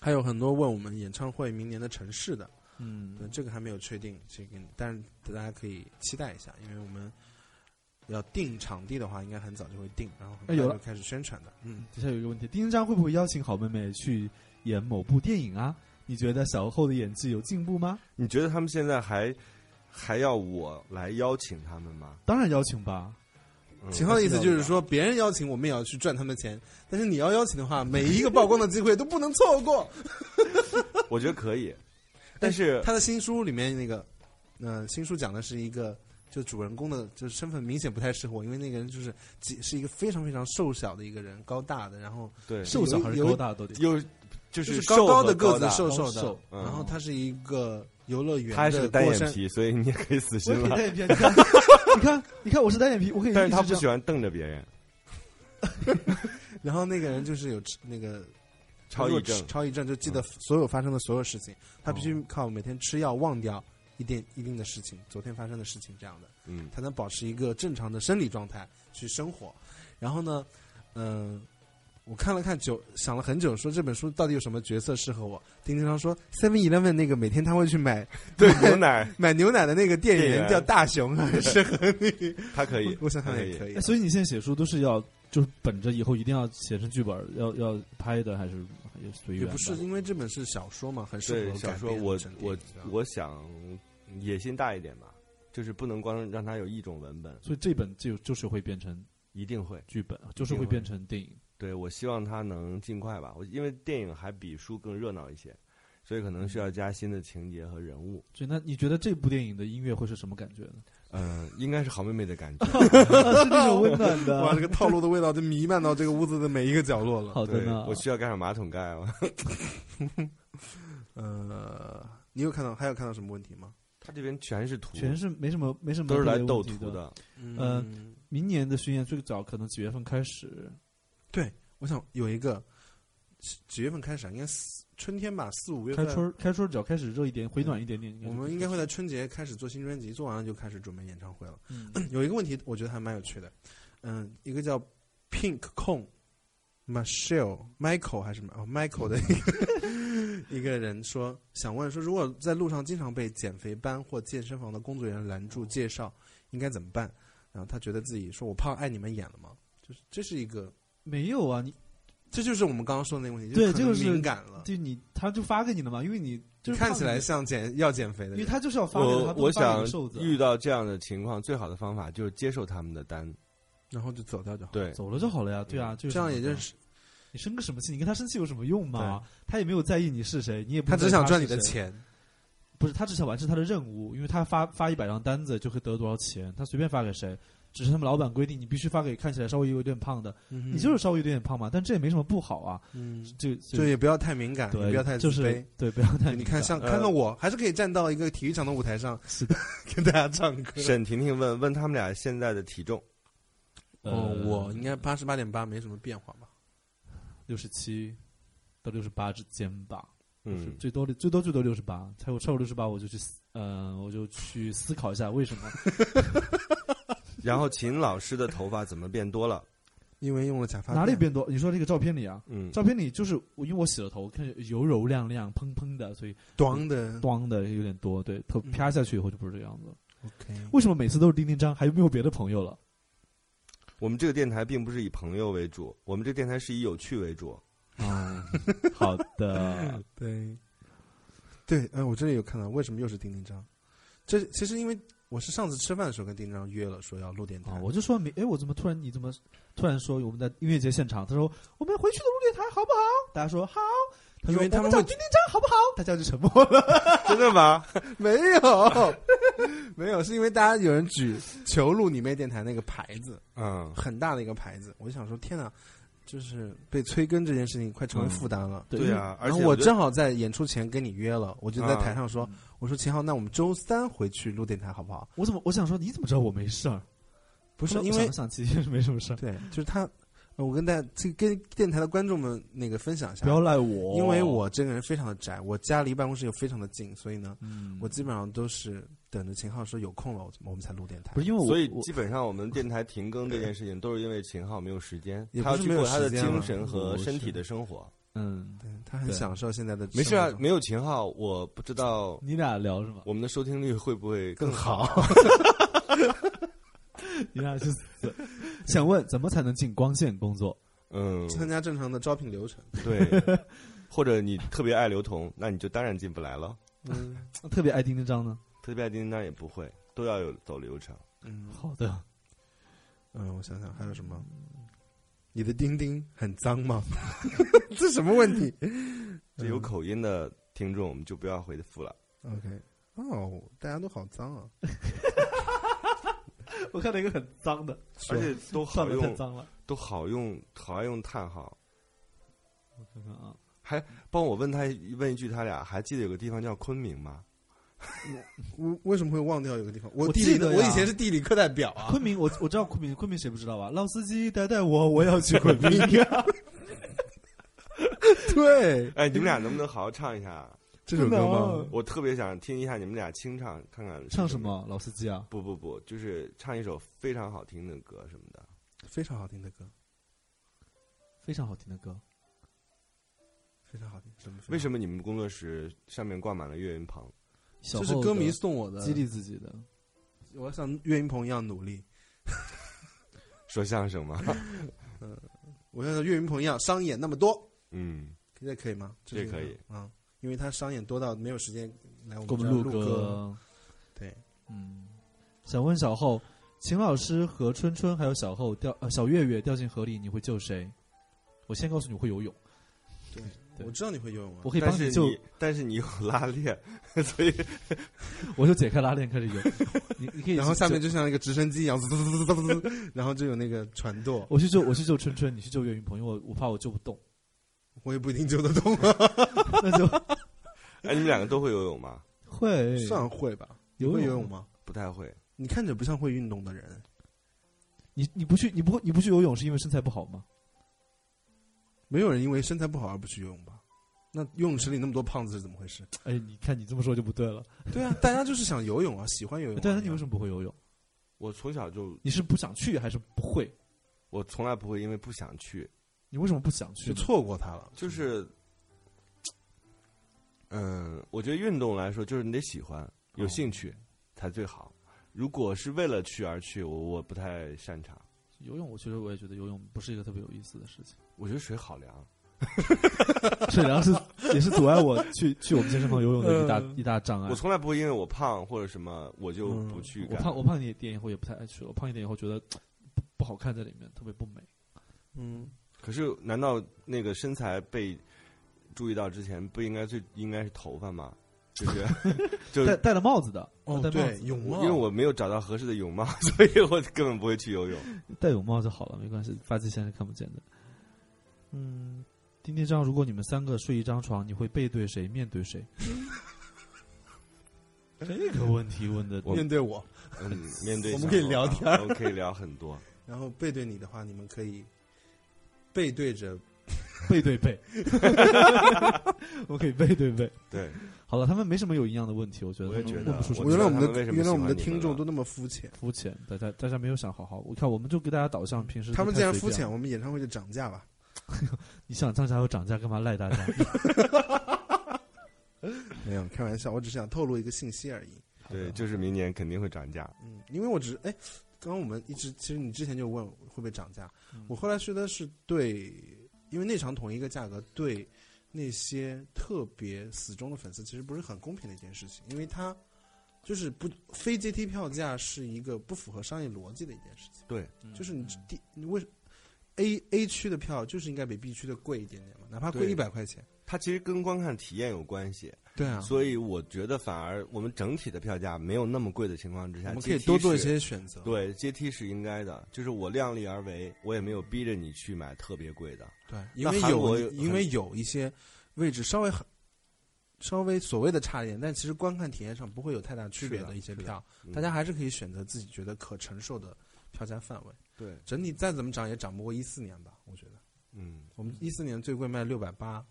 还有很多问我们演唱会明年的城市的，
嗯
对，这个还没有确定，这个但是大家可以期待一下，因为我们要定场地的话，应该很早就会定，然后很
哎
快
有
就
了
开始宣传的。嗯，
底下有一个问题：丁丁张会不会邀请好妹妹去演某部电影啊？你觉得小后的演技有进步吗？
你觉得他们现在还还要我来邀请他们吗？
当然邀请吧，
嗯
秦昊的意思就是说，别人邀请我们也要去赚他们钱，但是你要邀请的话，每一个曝光的机会都不能错过。
我觉得 可以，但是
他的新书里面那个，呃，新书讲的是一个，就主人公的，就是身份明显不太适合我，因为那个人就是几是一个非常非常瘦小的一个人，高大的，然后
对
是
瘦小还是
有
高大都得。
又就
就是高
高
的
个
个子，瘦
高
的，
瘦
嗯
然后他是一个游乐园
他
的
是单
过
眼
山，
皮，所以你也可以死
我
心
也可以
了
单。眼皮，啊你看， 你看，你看，我是单眼皮，我可以一直这
但
样。
是他不喜欢瞪着别人，
然后那个人就是有吃那个
超
抑
抑症。嗯
超抑症就记得所有发生的所有事情，他必须靠每天吃药忘掉一定一定的事情，昨天发生的事情这样的，
嗯，
才能保持一个正常的生理状态去生活。然后呢，嗯、我看了看久，想了很久，说这本书到底有什么角色适合我？丁丁常说 Seven Eleven 那个每天他会去买
对牛奶
买牛奶的那个店
店
员
员
叫大熊，很适合你。
他啊 可以，
我想
他
想
可
也可
以。
以
哎。所以你现在写书都是要就是本着以后一定要写成剧本，要要拍的还是也
哎
随
也
缘吧？
不是，因为这本是小说嘛，很适
对
合
小
改
说，
编
我
成电
我
影这样
我想野心大一点吧，就是不能光让它有一种文本，
所以这本就就是会变成
一定会。
剧本，就是会变成电影。
对我希望它能尽快吧，我因为电影还比书更热闹一些，所以可能需要加新的情节和人物。
所以那你觉得这部电影的音乐会是什么感觉 呢？
嗯，应该是好妹妹的感觉。
啊是那种温暖
哇，
的
这。个套路的味道就弥漫到这个屋子的每一个角落了。
好的
对
呢，，
我需要盖上马桶盖啊。
呃，你有看到还有看到什么问题吗？
他这边全是图，
全是没什么没什么
都是来
特别
斗
问题
图
的。
的。
呃
嗯，
明年的巡演最早可能几月份开始？
对，我想有一个几几月份开始啊？应该四春天吧，四五月
开
份。
春儿开春儿只要开始热一点，回暖一点点。
我们应该会在春节开始做新专辑，做完了就开始准备演唱会了。
嗯
有一个问题，我觉得还蛮有趣的。嗯，一个叫 Pink Kong Michelle Michael 还是什么哦 Michael 的一个一个人说，想问说，如果在路上经常被减肥班或健身房的工作人员拦住介绍，应该怎么办？然后他觉得自己说我胖，碍你们眼了吗？就是这是一个，
没有啊，你
这就是我们刚刚说的那个问题，就
对
可能
这个是
敏感了。
就你他就发给你了嘛，因为你就是
看起
胖
来
的
像减要减肥的
因为
人，
他就是要发给
我
他不
我
能发给
想
你瘦子啊
遇到这样的情况，最好的方法就是接受他们的单。
然后就走掉就好。，
对，
走了就好了呀，对啊，就
嗯
是
这样也就
嘛
是
你生个什么气？你跟他生气有什么用嘛？他也没有在意你是谁，你也不
他只
在意
想
是
赚你的
谁，
钱。
不是他只想完成他的任务，因为他发发一百张单子就可以得多少钱，他随便发给谁，只是他们老板规定你必须发给看起来稍微有点胖的，
你
你就是稍微有点胖嘛，但这也没什么不好啊，
嗯，
就
就也不要太敏感，也
对，
不要太自
就
卑。
是对，不要太
你
敏
看，
感
像
呃
看看我，还是可以站到一个体育场的舞台上，
是的，
跟大家唱歌。
沈婷婷问问他们俩现在的体重，
哦，
呃
我应该八十八点八，没什么变化吧？
六十七到六十八之间吧，就是
嗯，
最多的最多最多六十八，才我超过六十八我就去思，呃，我就去思考一下为什么。
然后秦老师的头发怎么变多了？
因为用了假发
哪里
变？
变多？你说这个照片里啊？
嗯，
照片里就是我，因为我洗了头，看着油柔亮亮、砰砰的，所以
短的。
咣的有点多，对，头
嗯
啪下去以后就不是这个样子了。
OK，
为什么每次都是丁丁张？还有没有别的朋友 了？
我们这个电台并不是以朋友为主，我们这个电台是以有趣为主。
啊、好的，
对，对，哎、我这里有看到，为什么又是丁丁张？这其实因为我是上次吃饭的时候跟丁丁张约了，说要录电台。
啊，我就说没，哎，我怎么突然你怎么突然说我们在音乐节现场？他说我们回去的录电台好不好？大家说好。他
因
说
为他
我
们
们
会
找丁丁张好不好？大家就沉默了。
真的 吗？
没有， 没有，是因为大家有人举求录你妹电台那个牌子，
嗯，
很大的一个牌子，我就想说，天哪！就是被催更这件事情快成为负担了，
对啊，而
然后
且
我
觉得
正好在演出前跟你约了，我就在
啊
台上说：“我说秦昊，那我们周三回去录电台好不好
我怎么我想说你怎么知道我没事儿？？”
不是
我
因
想
为
了想其实没什么事儿，
对，就是他，呃我跟大家这跟电台的观众们那个分享一下
不，要赖我，
因为我这个人非常的宅，我家离办公室又非常的近，所以呢，
嗯
我基本上都是等着秦昊说有空了，我我们才录电台
不。是因为我
所以
我
基本上我们电台停更这件事情，都是因为秦昊没有时间，
也不
他要
是
去
没有
过他的
时间了
精神和
不
身
是
体的生活。
嗯，
对他很
对
享受现在的
没事
生
啊
活，
没有秦昊，我不知道
你俩聊是吗？
我们的收听率会不会更好。
你俩去死！想问怎么才能进光线工作？
嗯，
参加正常的招聘流程。
对，或者你特别爱刘同，那你就当然进不来了。
嗯
特别爱丁丁张呢。
特别爱丁当然也不会，都要有走流程。
嗯
好的，
嗯，我想想还有什么？你的丁丁很脏 吗？这什么问题
这
嗯
有口音的听众，我们就不要回复了。
？OK，哦，大家都好脏啊！
我看到一个很脏的，
啊
而且都好
算的太
用，
脏了。
都好用，好爱用叹号。
我看看啊，
帮我问他问一句，他俩还记得有个地方叫昆明吗？
我为什么会忘掉有个地方？
我
地理
记得呀
我以前是地理课代表 啊。
昆明，我我知道昆明，昆明谁不知道吧？老司机带带我，我要去昆明。
对，
哎，你们俩能不能好好唱一下？
这首歌
啊
吗？
我特别想听一下你们俩清唱，看看是
唱什？么？老司机啊？
不不不，就是唱一首非常好听的歌什么的。
非常好听的歌，
非常好听的歌。
非常好听。什么？
为
么？
什么你们工作室上面挂满了岳云鹏？
小
这
后
是歌迷送我的
的激，励自己的。
我像岳云鹏一样努力，
说相声 吗？
我要像岳云鹏一样商演那么多，
嗯，
这可以吗？
这
是一个
可以
啊，因为他商演多到没有时间来我
给我
们这
们
儿
录
录歌。
歌。
对，
嗯，想问小后，秦老师和春春还有小后掉呃小月月掉进河里，你会救谁？我先告诉你，我会游泳，对
我知道你会游泳啊
我。可以
但
帮
是
救，
你但是你有拉链， 所以
我就解开拉链开始 游。你你可以去
然后下面
救
就像一个直升机一样，滋滋滋滋滋滋，然后就有那个船 舵，
我去救我去救春春，你去救岳云鹏，因为我我怕我救不 动，
我也不一定救得动啊。
那就
哎，你们两个都会游泳吗？
会
算会吧？你
游
会
泳
游泳吗？
不太会。
你看着不像会运动的人，
你你不去你不你不去游泳是因为身材不好吗？
没有人因为身材不好而不去游泳吧？那游泳池里那么多胖子是怎么回事？
哎，你看你这么说就不对了。
对啊，大家就是想游泳啊，喜欢游泳啊。
对啊，那你为什
么？
么不会游泳？
我从小就
你是不想去还是不会？
我从来不会因为不想去，
你为什么不想去
就
呢？
错过他了，
就是，嗯，我觉得运动来说，就是你得喜欢、
哦
有兴趣才最好。如果是为了去而去，我我不太擅长。
游泳，我其实我也觉得游泳不是一个特别有意思的事情。
我觉得水好凉，
沈阳 是也是阻碍我去去我们健身房游泳的一大、
嗯
一大障碍
我。从来不会因为我胖或者什么，我就不去
哎嗯我
干。
胖我胖一点以后也不太爱去了，我胖一点以后觉得不不好看在里面，特别不美。
嗯，
可是，难道那个身材被注意到之前，不应该最应该是头发吗？就是 就
戴
是，
戴了帽子的，
哦
戴帽
对，
子，
泳帽，
因为我没有找到合适的泳帽， 所以我根本不会去游泳。
戴泳帽就好了，没关系，发际线是看不见的。嗯，丁丁张，如果你们三个睡一张床，你会背对谁，面对谁？这个问题问的，
面对我，
嗯， 面对
我们可以聊天
儿，我哦们可以聊很多。
然后背对你的话，你们可以背对着。
背对背， 我可以背对背。
对，
好了，他们没什么有营养的问题，我觉得
我也
他们
觉得
问不出什
我
么
原来我
知道
们
他们
的
为什么
原来我们的
喜欢你
听
们
众
了
都那么肤浅，
肤浅，大家大家没有想好好。我看我们就给大家导向，平时
他们
就
既
太
然
随
肤
便
浅，
了，
我们演唱会就涨价吧。
你想涨价又涨价，干嘛赖大家？
没有开玩笑，我只是想透露一个信息而已。
对，就是明年肯定会涨价。
嗯，因为我只哎，刚刚我们一直其实你之前就问会不会涨价，
嗯
我后来觉得是对，因为那场统一个价格对那些特别死忠的粉丝其实不是很公平的一件事情，因为它就是不非阶梯票价是一个不符合商业逻辑的一件事情，
对，
就是你第你为什 A A 区的票就是应该比 B 区的贵一点点嘛，哪怕贵
对
一百块钱。
它其实跟观看体验有关系，
对啊，
所以我觉得反而我们整体的票价没有那么贵的情况之
我
下，
们可以
阶梯
多做一
是
些选择。
对，阶梯是应该的，就是我量力而为，我也没有逼着你去买特别贵的。
对，因
那
为
韩国
有
有
因为有一些位置稍微很稍微所谓的差一点，但其实观看体验上不会有太大区别
是的
一些
是的
票，
嗯
大家还是可以选择自己觉得可承受的票价范围。
对，
整体再怎么涨也涨不过一四年吧，我觉得
嗯
我们一四年最贵卖六百八，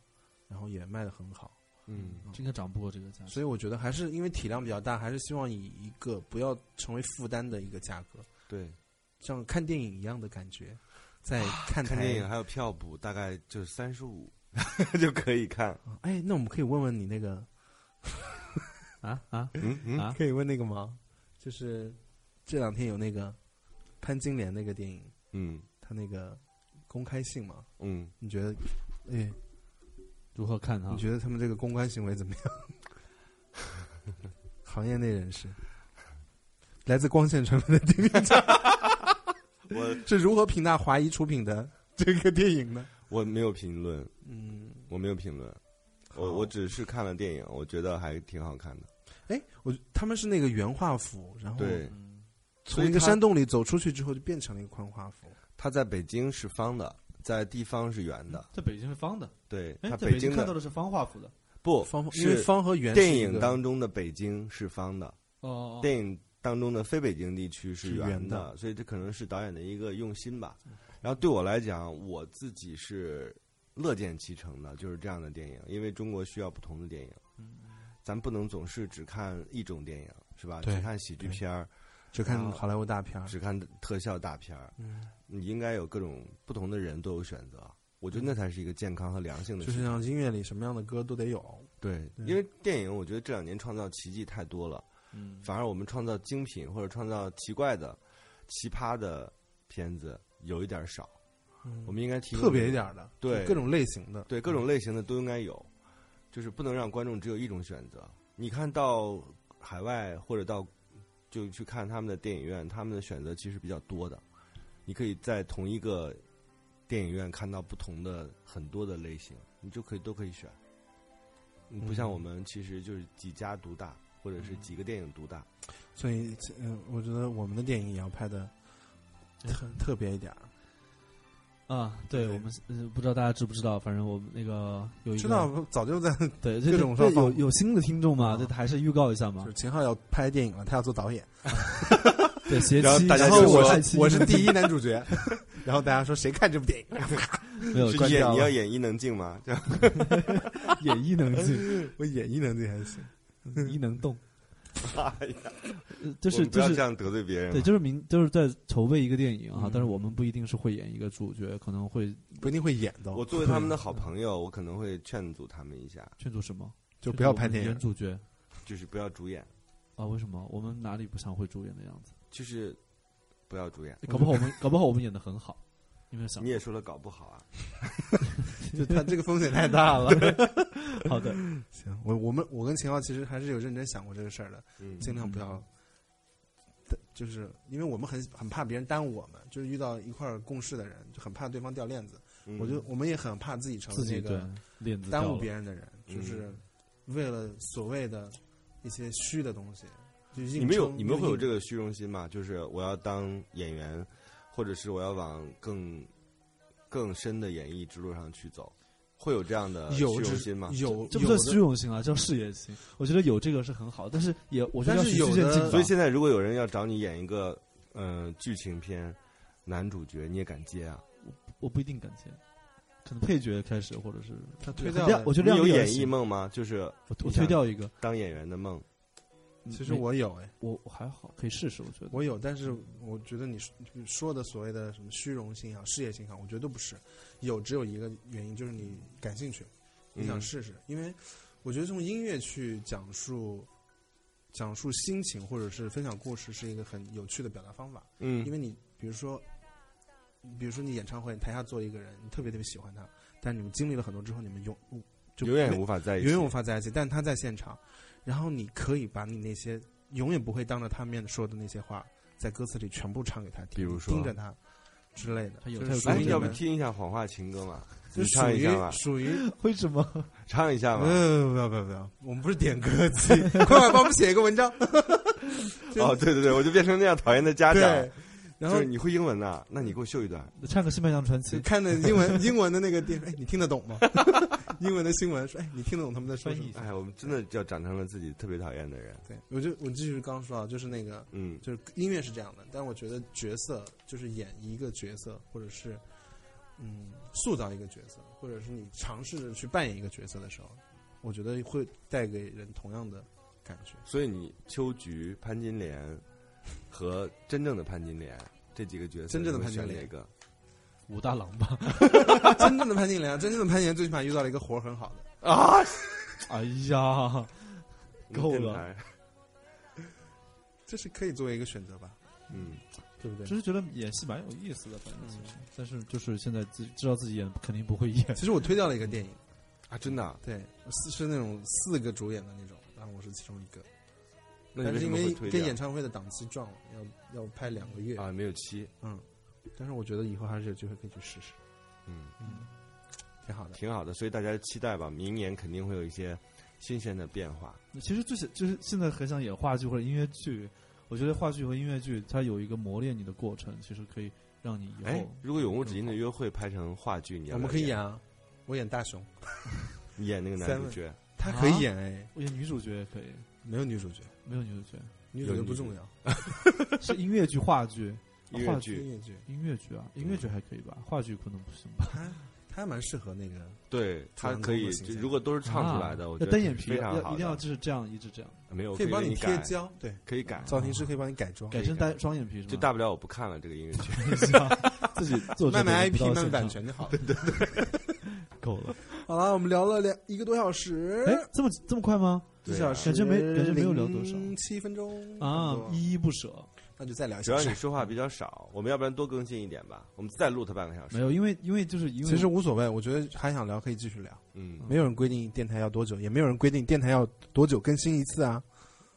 然后也卖的很好，
嗯，
这个涨不过这个价格，
所以我觉得还是因为体量比较大，还是希望以一个不要成为负担的一个价格，
对，
像看电影一样的感觉，在看台
啊看电影还有票补，大概就是三十五 就可以看。
啊哎，那我们可以问问你那个
啊啊！
嗯嗯，
啊
可以问那个吗？就是这两天有那个潘金莲那个电影，
嗯
他那个公开信嘛，
嗯，
你觉得？哎，
如何看他
你？觉得他们这个公关行为怎么样？ 行业内人士，来自光线传媒的丁丁 讲，
我
是如何评价华谊出品的这个电影呢？
我没有评论，
嗯，
我没有评论，我我只是看了电影，我觉得还挺好看的。
哎，我他们是那个原画幅，然后
对，所
从
以
一个
他
山洞里走出去之后，就变成了一个宽画幅。
它在北京是方的，在地方是圆的。
在北京是方的，
对，
哎，
它
在北
京
看到
的
的是方画幅的。
不
方因为
是
方和圆是
电
一
影
个
当中的北京是方的，
哦，
电影当中的非北京地区是
是
圆
圆的
所以这可能是导演的一个用心吧。然后对我来讲，我自己是乐见其成的，就是这样的电影，因为中国需要不同的电影，
嗯
咱不能总是只看一种电影，是吧？只
对
看喜剧
对
片儿，
只看
然后
好莱坞大片儿，
只看特效大片儿，
嗯
你应该有各种不同的人都有选择。我觉得那才是一个健康和良性的
就
事情。
是让音乐里什么样的歌都得有。
对，
对
因为电影，我觉得这两年创造奇迹太多了，
嗯，
反而我们创造精品或者创造奇怪的、奇葩的片子有一点少。我们应该提供
嗯特别一点儿的，
对
就各种类型的，
对各
嗯
种类型的都应该有，就是不能让观众只有一种选择。你看到海外或者到就去看他们的电影院，他们的选择其实比较多的，你可以在同一个电影院看到不同的很多的类型，你就可以都可以选。你不
嗯
像我们其实就是几家独大，或者是几个电影独大。
所以嗯、我觉得我们的电影也要拍的
嗯
特特别一点儿。
啊，对
对
我们呃不知道大家知不知道，反正我们那个有一个
知道早就在
对这
各种
这
上
有
放
有新的听众嘛，
啊
这还是预告一下
就
嘛
是。秦昊要拍电影了，他要做导 演，
对，斜
然后
期，
大家
然
然
后
后
就
我
说
我
是我是第一男主 角，然后大家说谁看这部电影？啊
没嗯有
是
关啊
演
掉
你要
了，
演伊能静吗？ 这样
演 绎能 进，
我演绎能力还行，
一能动，
哎呀，
呃
我
就是
们不
就
要
是
这样得罪别人
对，
嘛。
就是明就是在筹备一个电影啊
嗯，
但是我们不一定是会演一个主角，可能会
不一定会演的。哦
我作为他们的好朋友，我可能会劝阻他们一下，
劝阻什么，
就
劝
不要
阻我
拍
们
电
演
影，
主角
就是不要主演，
啊？为什么我们哪里不像会主演的 样子？
就是不要主演。
搞不好我们搞不好我们演的很好，有没有想
你？也说了搞不好啊，
就他这个风险太大了。
好的，
行，我我们我跟秦昊其实还是有认真想过这个事儿的，
嗯
尽量不要。就是因为我们很很怕别人耽误我们，就是遇到一块儿共事的人，就很怕对方掉链子。
嗯
我就我们也很怕自己成为
嗯自己
那
对
个
链子
耽误
掉了嗯
别人的人，就是为了所谓的一些虚的东西，就硬
你们有
撑
你们会有这
硬
个虚荣心吗？就是我要当演员，或者是我要往更更深的演艺之路上去走，会有这样的虚
有
荣
只
心吗？
有
这不叫
有的
虚荣心啊，叫事业心。我觉得有这个是很好，但是也我觉得要
但是
循序
有
渐
的
进吧。
所以现在如果有人要找你演一个嗯、呃剧情片男主角，你也敢接啊？
我不一定敢接，可能配角开始或者是
他推
很
掉
亮
了
我觉
你
得亮
有
丽也
演艺
行，
梦吗？就是
我我推掉一个。
当演员的梦，
其实
没
我有哎，
我我还好，可以试试，我觉得。
我有，但是我觉得你说你说的所谓的什么虚荣心啊、事业心啊，我觉得都不是。有只有一个原因，就是你感兴趣，你想
嗯
试试。因为我觉得用音乐去讲述讲述心情或者是分享故事，是一个很有趣的表达方法。因
嗯，
为你比如说，比如说你演唱会，你台下坐一个人，你特别特别喜欢他，但是你们经历了很多之后，你们永就
永远
没
无法在一起，
永远无法在一起，但他在现场，然后你可以把你那些永远不会当着他面说的那些话，在歌词里全部唱给他听，
比如说
盯着他之类的，
他有
就是
他有
属
哎
于，
这
要
你
不
们，
听一下谎话情歌嘛？
就
你唱一下吧，
属于属于，
为什么？
唱一下
不
吧。
不要不要不要，我们不是点歌机，快 快帮我们写一个文章。
哦，对对对，我就变成那样讨厌的家长。
对，然后
就是你会英文呐、那你给我秀一段。
唱个《新白娘传奇
就》，看的英 文英文的那个电，哎，你听得懂吗？英文的新闻说，哎，你听得懂他们在说什
翻
么
译？
哎，我们真的要长成了自己特别讨厌的人。
对，我就我继续刚说啊，就是那个
嗯，
就是音乐是这样的，但我觉得角色就是演一个角色，或者是嗯塑造一个角色，或者是你尝试着去扮演一个角色的时候，我觉得会带给人同样的感 觉。
所以你秋菊、潘金莲和真正的潘金莲这几个角色，
真正的
你会
潘金
选
莲
哪个？
武大郎吧？
真正的潘金莲，真正的潘金莲最起码遇到了一个活儿很好的，
哎呀，够了
电台。
这是可以作为一个选择吧，
嗯，
对不对
只？是觉得演戏蛮有意思的，反正其实，但是就是现在自知道自己演肯定不会演，
其实我推掉了一个电影，
啊，真的啊？
对，四是那种四个主演的那种，然后我是其中一个，
那你
但
为
是
什
因
么会
为
推
跟
掉
演唱会的档期撞了，要要拍两个月，
啊没有期？
嗯，但是我觉得以后还是有机会可以去试试，
嗯，
挺好的。
挺好的，所以大家期待吧，明年肯定会有一些新鲜的变化。
其实最想就是现在很想演话剧或者音乐剧，我觉得话剧和音乐剧它有一个磨练你的过程，其实可以让你以
哎
后，
如果《永无止境的约会》拍成话剧，你要
我
不
们
要
可以演啊，我演大熊，
你演那个男主角，
他
啊
可以演哎，
我演女主角也可以，
没有女主角，
没有女主角
女主角
有女
不
主
重
角
要，
是音乐剧、话剧、啊
音
话
乐
剧
剧，嗯
音乐剧，
音乐剧啊，音乐剧还可以吧，话剧可能不行吧。
他他还蛮适合那个，
对他
主人公
可以
的，形
就
象
如果都是唱出来的，
啊
我觉得
要单
是
眼皮
非常
要
好
一定要
的。
就是这样，一直这样，
没有，
可以帮
给
你
你
贴
改，
胶，对，
可以改，
造型师可以帮你改装，
改成单双眼皮是吗？
就大不了我不看了这个音乐 剧。
自己 做
卖卖 IP 卖卖
卖
版权就好了。
够了。
好了，我们聊了两一个多小时，
哎，这么这么快吗？
一小时
感觉没感觉没有聊多少
零七分钟
啊，依依不舍。
那就再聊一
主
下
要。你说话比较少，我们要不然多更新一点吧，我们再录它半个小时。
没有，，因为因为就是因为
其实无所谓，我觉得还想聊可以继续聊，
嗯，
没有人规定电台要多久，也没有人规定电台要多久更新一次啊。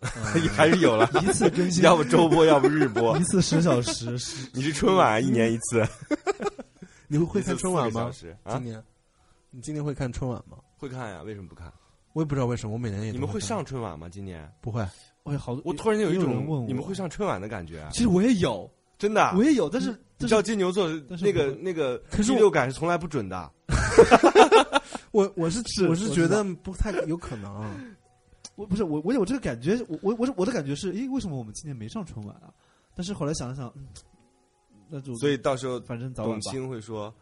还是 有了，
一次更新
要不周播，要不日播
一。次十小时， 十
你是春晚啊一年一次，
你 会会看春晚吗
一次？四个小时
今
啊，
年，你今年会看春晚吗？
会看呀？为什么不看？
我也不知道为什么，我每年也
你
都
们会
看
上春晚吗？今年
不会？
哎，好多，
我突然有一
也有人问
种
我
你们会上春晚的感觉啊，
其实我也有，
真的啊。
我也有，但是
你
但
知道
是
金牛座
但是
那个
我
那个
可是
第
我
六感是从来不准的，
我我是
是
我
我
是
知
觉得不太有可能，啊
我不是我我有这个感觉，我我我是我的感觉是，诶，为什么我们今年没上春晚啊？但是后来想了想，嗯，那就
所以到时候
反正早
董
晚吧。
卿会说，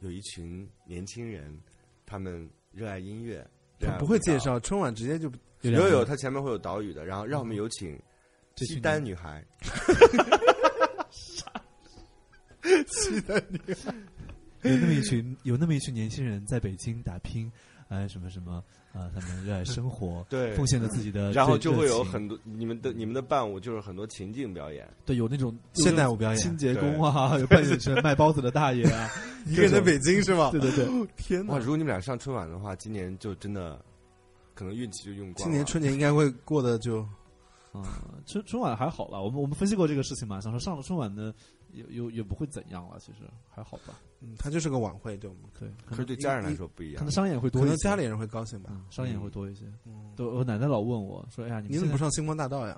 有一群年轻人，他们热爱音乐，热
他
爱
不会
舞蹈
介。绍春晚，直接就
有
有点
有，他前面会有岛屿的，然后让我
嗯
们有请
这群
西单女孩，，
有那么一群有那么一群年轻人在北京打拼，呃，什么什么啊、呃他们热爱生活
对
奉献了自己
呃
的热，
然后就会有
热情
很多你们的你们的伴舞就是很多情境表演，
对有那种
现代舞表
清
演，
洁工啊，有扮演成卖包子的大爷 啊，
一个人在北京是吧？
对对对，
天
哇！
哪！
如果你们俩上春晚的话，今年就真的可能运气就用光 了。
今年春节应该会过得就
啊，春春晚还好啦，我们我们分析过这个事情嘛，想说上了春晚呢，也也也不会怎样了，其实还好吧。
嗯，它就是个晚会，对我们
对，
可
可能
是对家人来说不一
可
样
能。商演会多
可
一些，
能家里人会高兴吧。
嗯商演会多一些。
嗯，
对，我奶奶老问我说：“哎呀，你
你
们
怎么不
现在
上星光大道呀？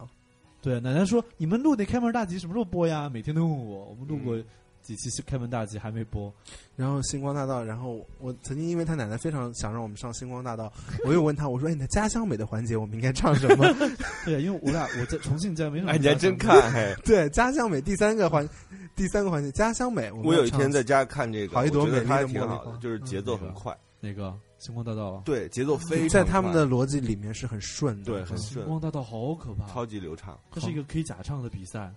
对，啊奶奶说你们录那开门大吉什么时候播呀？每天都问我，我们录过
嗯
几期开门大吉还没播，
然后星光大道，然后我曾经因为他奶奶非常想让我们上星光大道，我又问他，我说：“哎，你的家乡美的环节我们应该唱什么
对啊呀，因为我俩我在重庆家没什么。”
哎，你还真看！嘿，？”
对，家乡美第三个环，第三个环节家乡美。
我
我
有一天在家看这个，
好一朵
我觉得
美丽
它还
的茉
挺
莉
好
花嗯
的，就是节奏很快，
那个星光大道啊，
对，节奏非常
在他们
快
的嗯逻辑里面是很顺的，
对很
星
顺，
光大道好可怕，
超级流畅。
这是一个可以假唱的比赛，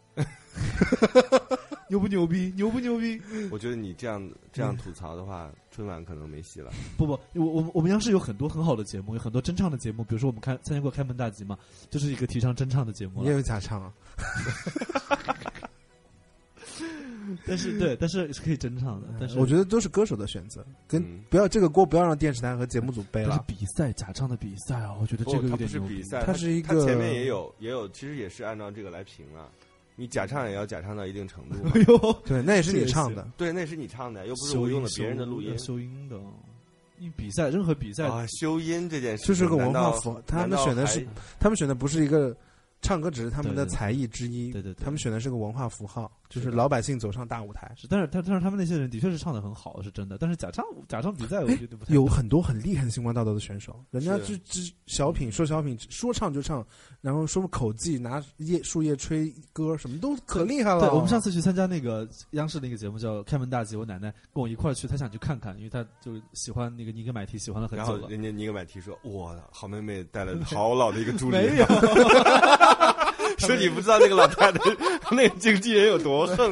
牛不牛逼？牛不牛逼？
我觉得你这样这
嗯
样吐槽的话，春晚可能 没戏了。
不不，我我们我们央视有很多很好的节目，有很多真唱的节目，比如说我们开参加过《开门大吉》嘛，就是一个提倡真唱的节目
你也
了。
有假唱啊？
但是对，但是是可以真唱的， 但是
哎我觉得都是歌手的选择，跟
嗯
不要这个锅不要让电视台和节目组背
但是
了。
比赛假唱的比赛啊，我觉得
不，
这个
它
有
不
点
是
牛
比
逼。
赛，
它是一
它
个
前面也有也有，其实也是按照这个来评了。你假唱也要假唱到一定程 度嘛。
哎呦，
对，那也是你
这个
唱
是
的，
对，那是你唱的，又不是我用了别人的录音
呃。修音的，因为比赛任何比赛，
啊，修音这件事
呃就是个
难
文化
道
符号。他
难
们
道
选的是
还
他们选的不是一个唱歌，只是他们的
对对对
才艺之一。
对对对
他们选的是个文化符号，就是
是的
老百姓走上大舞台。
是但是他但是他们那些人的确是唱的很好，是真的。但是假唱假唱比赛，我
哎
觉得不太
有很多很厉害的星光大道的选手，人家就是只小品说小品，说唱就唱，然后说口技，拿叶树叶吹歌，什么都可厉害了。
对，我们上次去参加那个央视那个节目叫《开门大吉》，我奶奶跟我一块儿去，她想去看看，因为她就喜欢那个尼格买提，喜欢了很
然
久
后
了。
人家尼格买提说：“哇，好妹妹 带了好老的一个助理。”
没有，
说你不知道那个老太太，那个经纪人有 多横。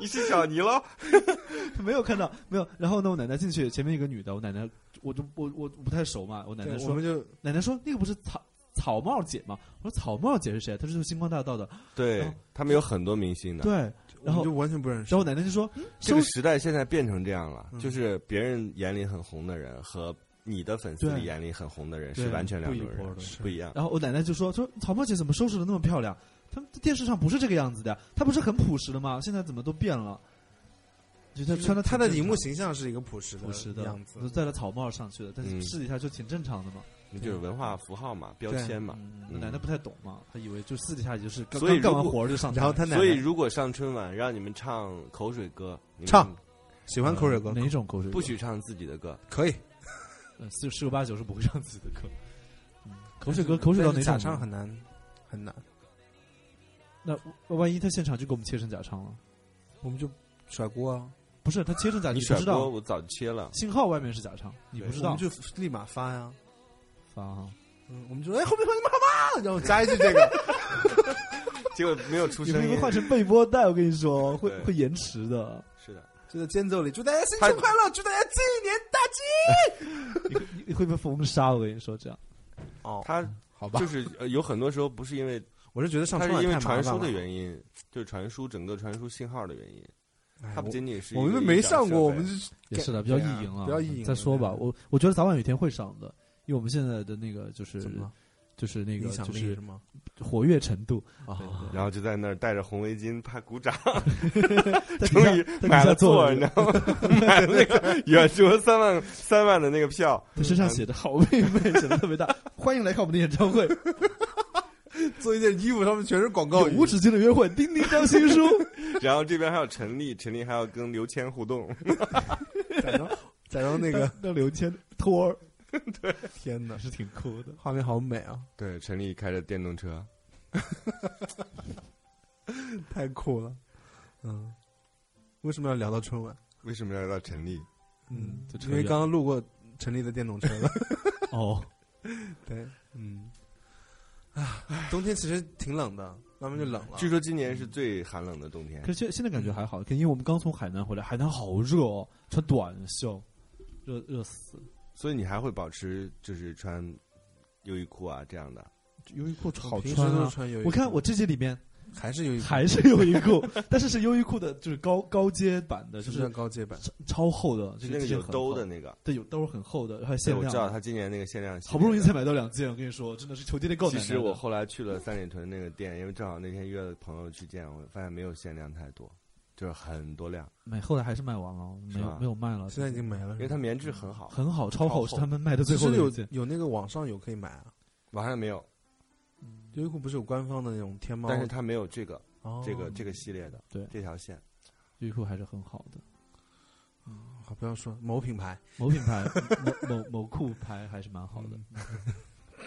你是小尼喽？
嗯
没有看到，没有。然后呢，我奶奶进去，前面一个女的，我奶奶，我就我我我不太熟嘛，我奶奶
对，我
说，
们就
奶奶说那个不是草草帽姐吗？我说草帽姐是谁？她说就是星光大道的。
对
哦
他们有很多明星的，
对，然
我们
后
就完全不认识。
然后我奶奶就说：“嗯
这
收
个
拾
时代现在变成这样了，
嗯
就是别人眼里很红的人和你的粉丝
对
里眼里很红的人
对
是完全两
不一
种
拨
人
的，
是不一样。
然后我奶奶就说：“说草帽姐怎么收拾的那么漂亮？他们电视上不是这个样子的，她不是很朴实的吗？现在怎么都变了？”就她穿的
他的荧幕形象是一个朴实
朴实
的
的
样子
都，戴了草帽上去的，但是
嗯
试一下就挺正常的嘛。
那就是文化符号嘛，标签嘛。
嗯，
嗯
奶奶不太懂嘛，她以为就私底下就是刚
所以
刚
如
干完
果
活儿就上台，嗯
然后他奶奶
所以如果上春晚让你们唱口水歌，你们
唱喜欢口水歌
哪种口水歌？
不许唱自己的歌，
可以，
呃四十有八九是不会唱自己的歌。嗯口水歌，口水到
但
哪
是假
种呢？
唱很难很难，
那万一他现场就给我们切成假唱了？
我们就甩锅啊，
不是，他切成假，
你
不
甩
知
锅
道。
我早切 了。
信号外面是假唱，你不知
我
道
们。就立马发呀。
发啊！
嗯，我们就说哎，后面说你们好吗？然后加一句这个，
结果没有出
你会
声音
不会。换成备播带？我跟你 说，会
对
会延迟的。
是的，
就在间奏里，祝大家新春快乐，祝大家鸡年大吉。
你会你会被封杀？我跟你说，这样
哦，
他
好吧
就，是呃有很多时候不是因为
我是觉得上
它
春晚
是因为
太麻
传
烦
输
了
的原因，就是传输整个传输信号的原因，
哎
它不
我
仅仅是
我
一
们
个音
没
响
上
设
过，我
备
们就是
也是的，比
对
较
啊
意淫啊，
比较意淫
再说吧，
对啊
我我觉得早晚有一天会上的，因为我们现在的那个就是
怎么了？
就是那个
影响
就
力
是
是吗？
活跃程 度，
啊
然后就在那儿戴着红围巾，怕鼓掌，
在 底
终
下
于
在底
买
下
了
坐
座，
着
你知道吗？ 买了那个远足三万三万的那个票，
他身上写的好妹妹，写的特 别大，欢迎来看我们的演唱会，
做一件衣服上面全是广告
有
语，
无止境的约会，丁丁张新书，
然后这边还有陈丽，陈丽还要跟刘谦互动，
假装假装那个，
让刘谦托儿，
天哪
还，是挺酷的。
画面好美啊，
对，陈丽开着电动车，
太酷了。嗯，为什么要聊到春晚？
为什么要到陈丽？
嗯
就，扯
因为
远
刚刚路过陈立的电动车 了。
哦，
对， 嗯，啊，冬天其实挺冷的，慢慢就冷了
据。说今年是最寒冷的冬天
可，是现现在感觉还好，可因为我们刚从海南回来，海南好热哦，穿短袖，热热死了。
所以你还会保持就是穿优衣库啊这样的。
优衣库好
平时
穿
都是
啊！
穿优衣库，
我看我这集里面
还是优衣库，
还是优衣库， 但是是优衣库的，就是高高阶版的，
是
就
不是
是
高阶版？
超超厚的，这
是那个
件
有
很
兜
厚
的，那个，
对，有兜很厚的，还有
对，
限
我知道
量，
他今年那个限量系列的，
好不容易才买到两件，我跟你说，真的是求爹爹告奶
其
奶的。
实我后来去了三里屯那个店，因为正好那天约了朋友去见，我发现没有限量太多，就是很多量，
买后来还是卖完了，没
是
有
吧
没有卖了，
现在已经没了，
因为它棉质很好，
很好，超
超
厚
厚
是他们卖的最
其
后
实
的一
有
件。
有那个网上有可以买啊。
网上没有，
优衣库不是有官方的那种天猫？
但是它没有这个
哦
这个这个系列的，
对
这条线，
优衣库还是很好的，
好不要说某品牌，
某品牌某某某库牌还是蛮好的。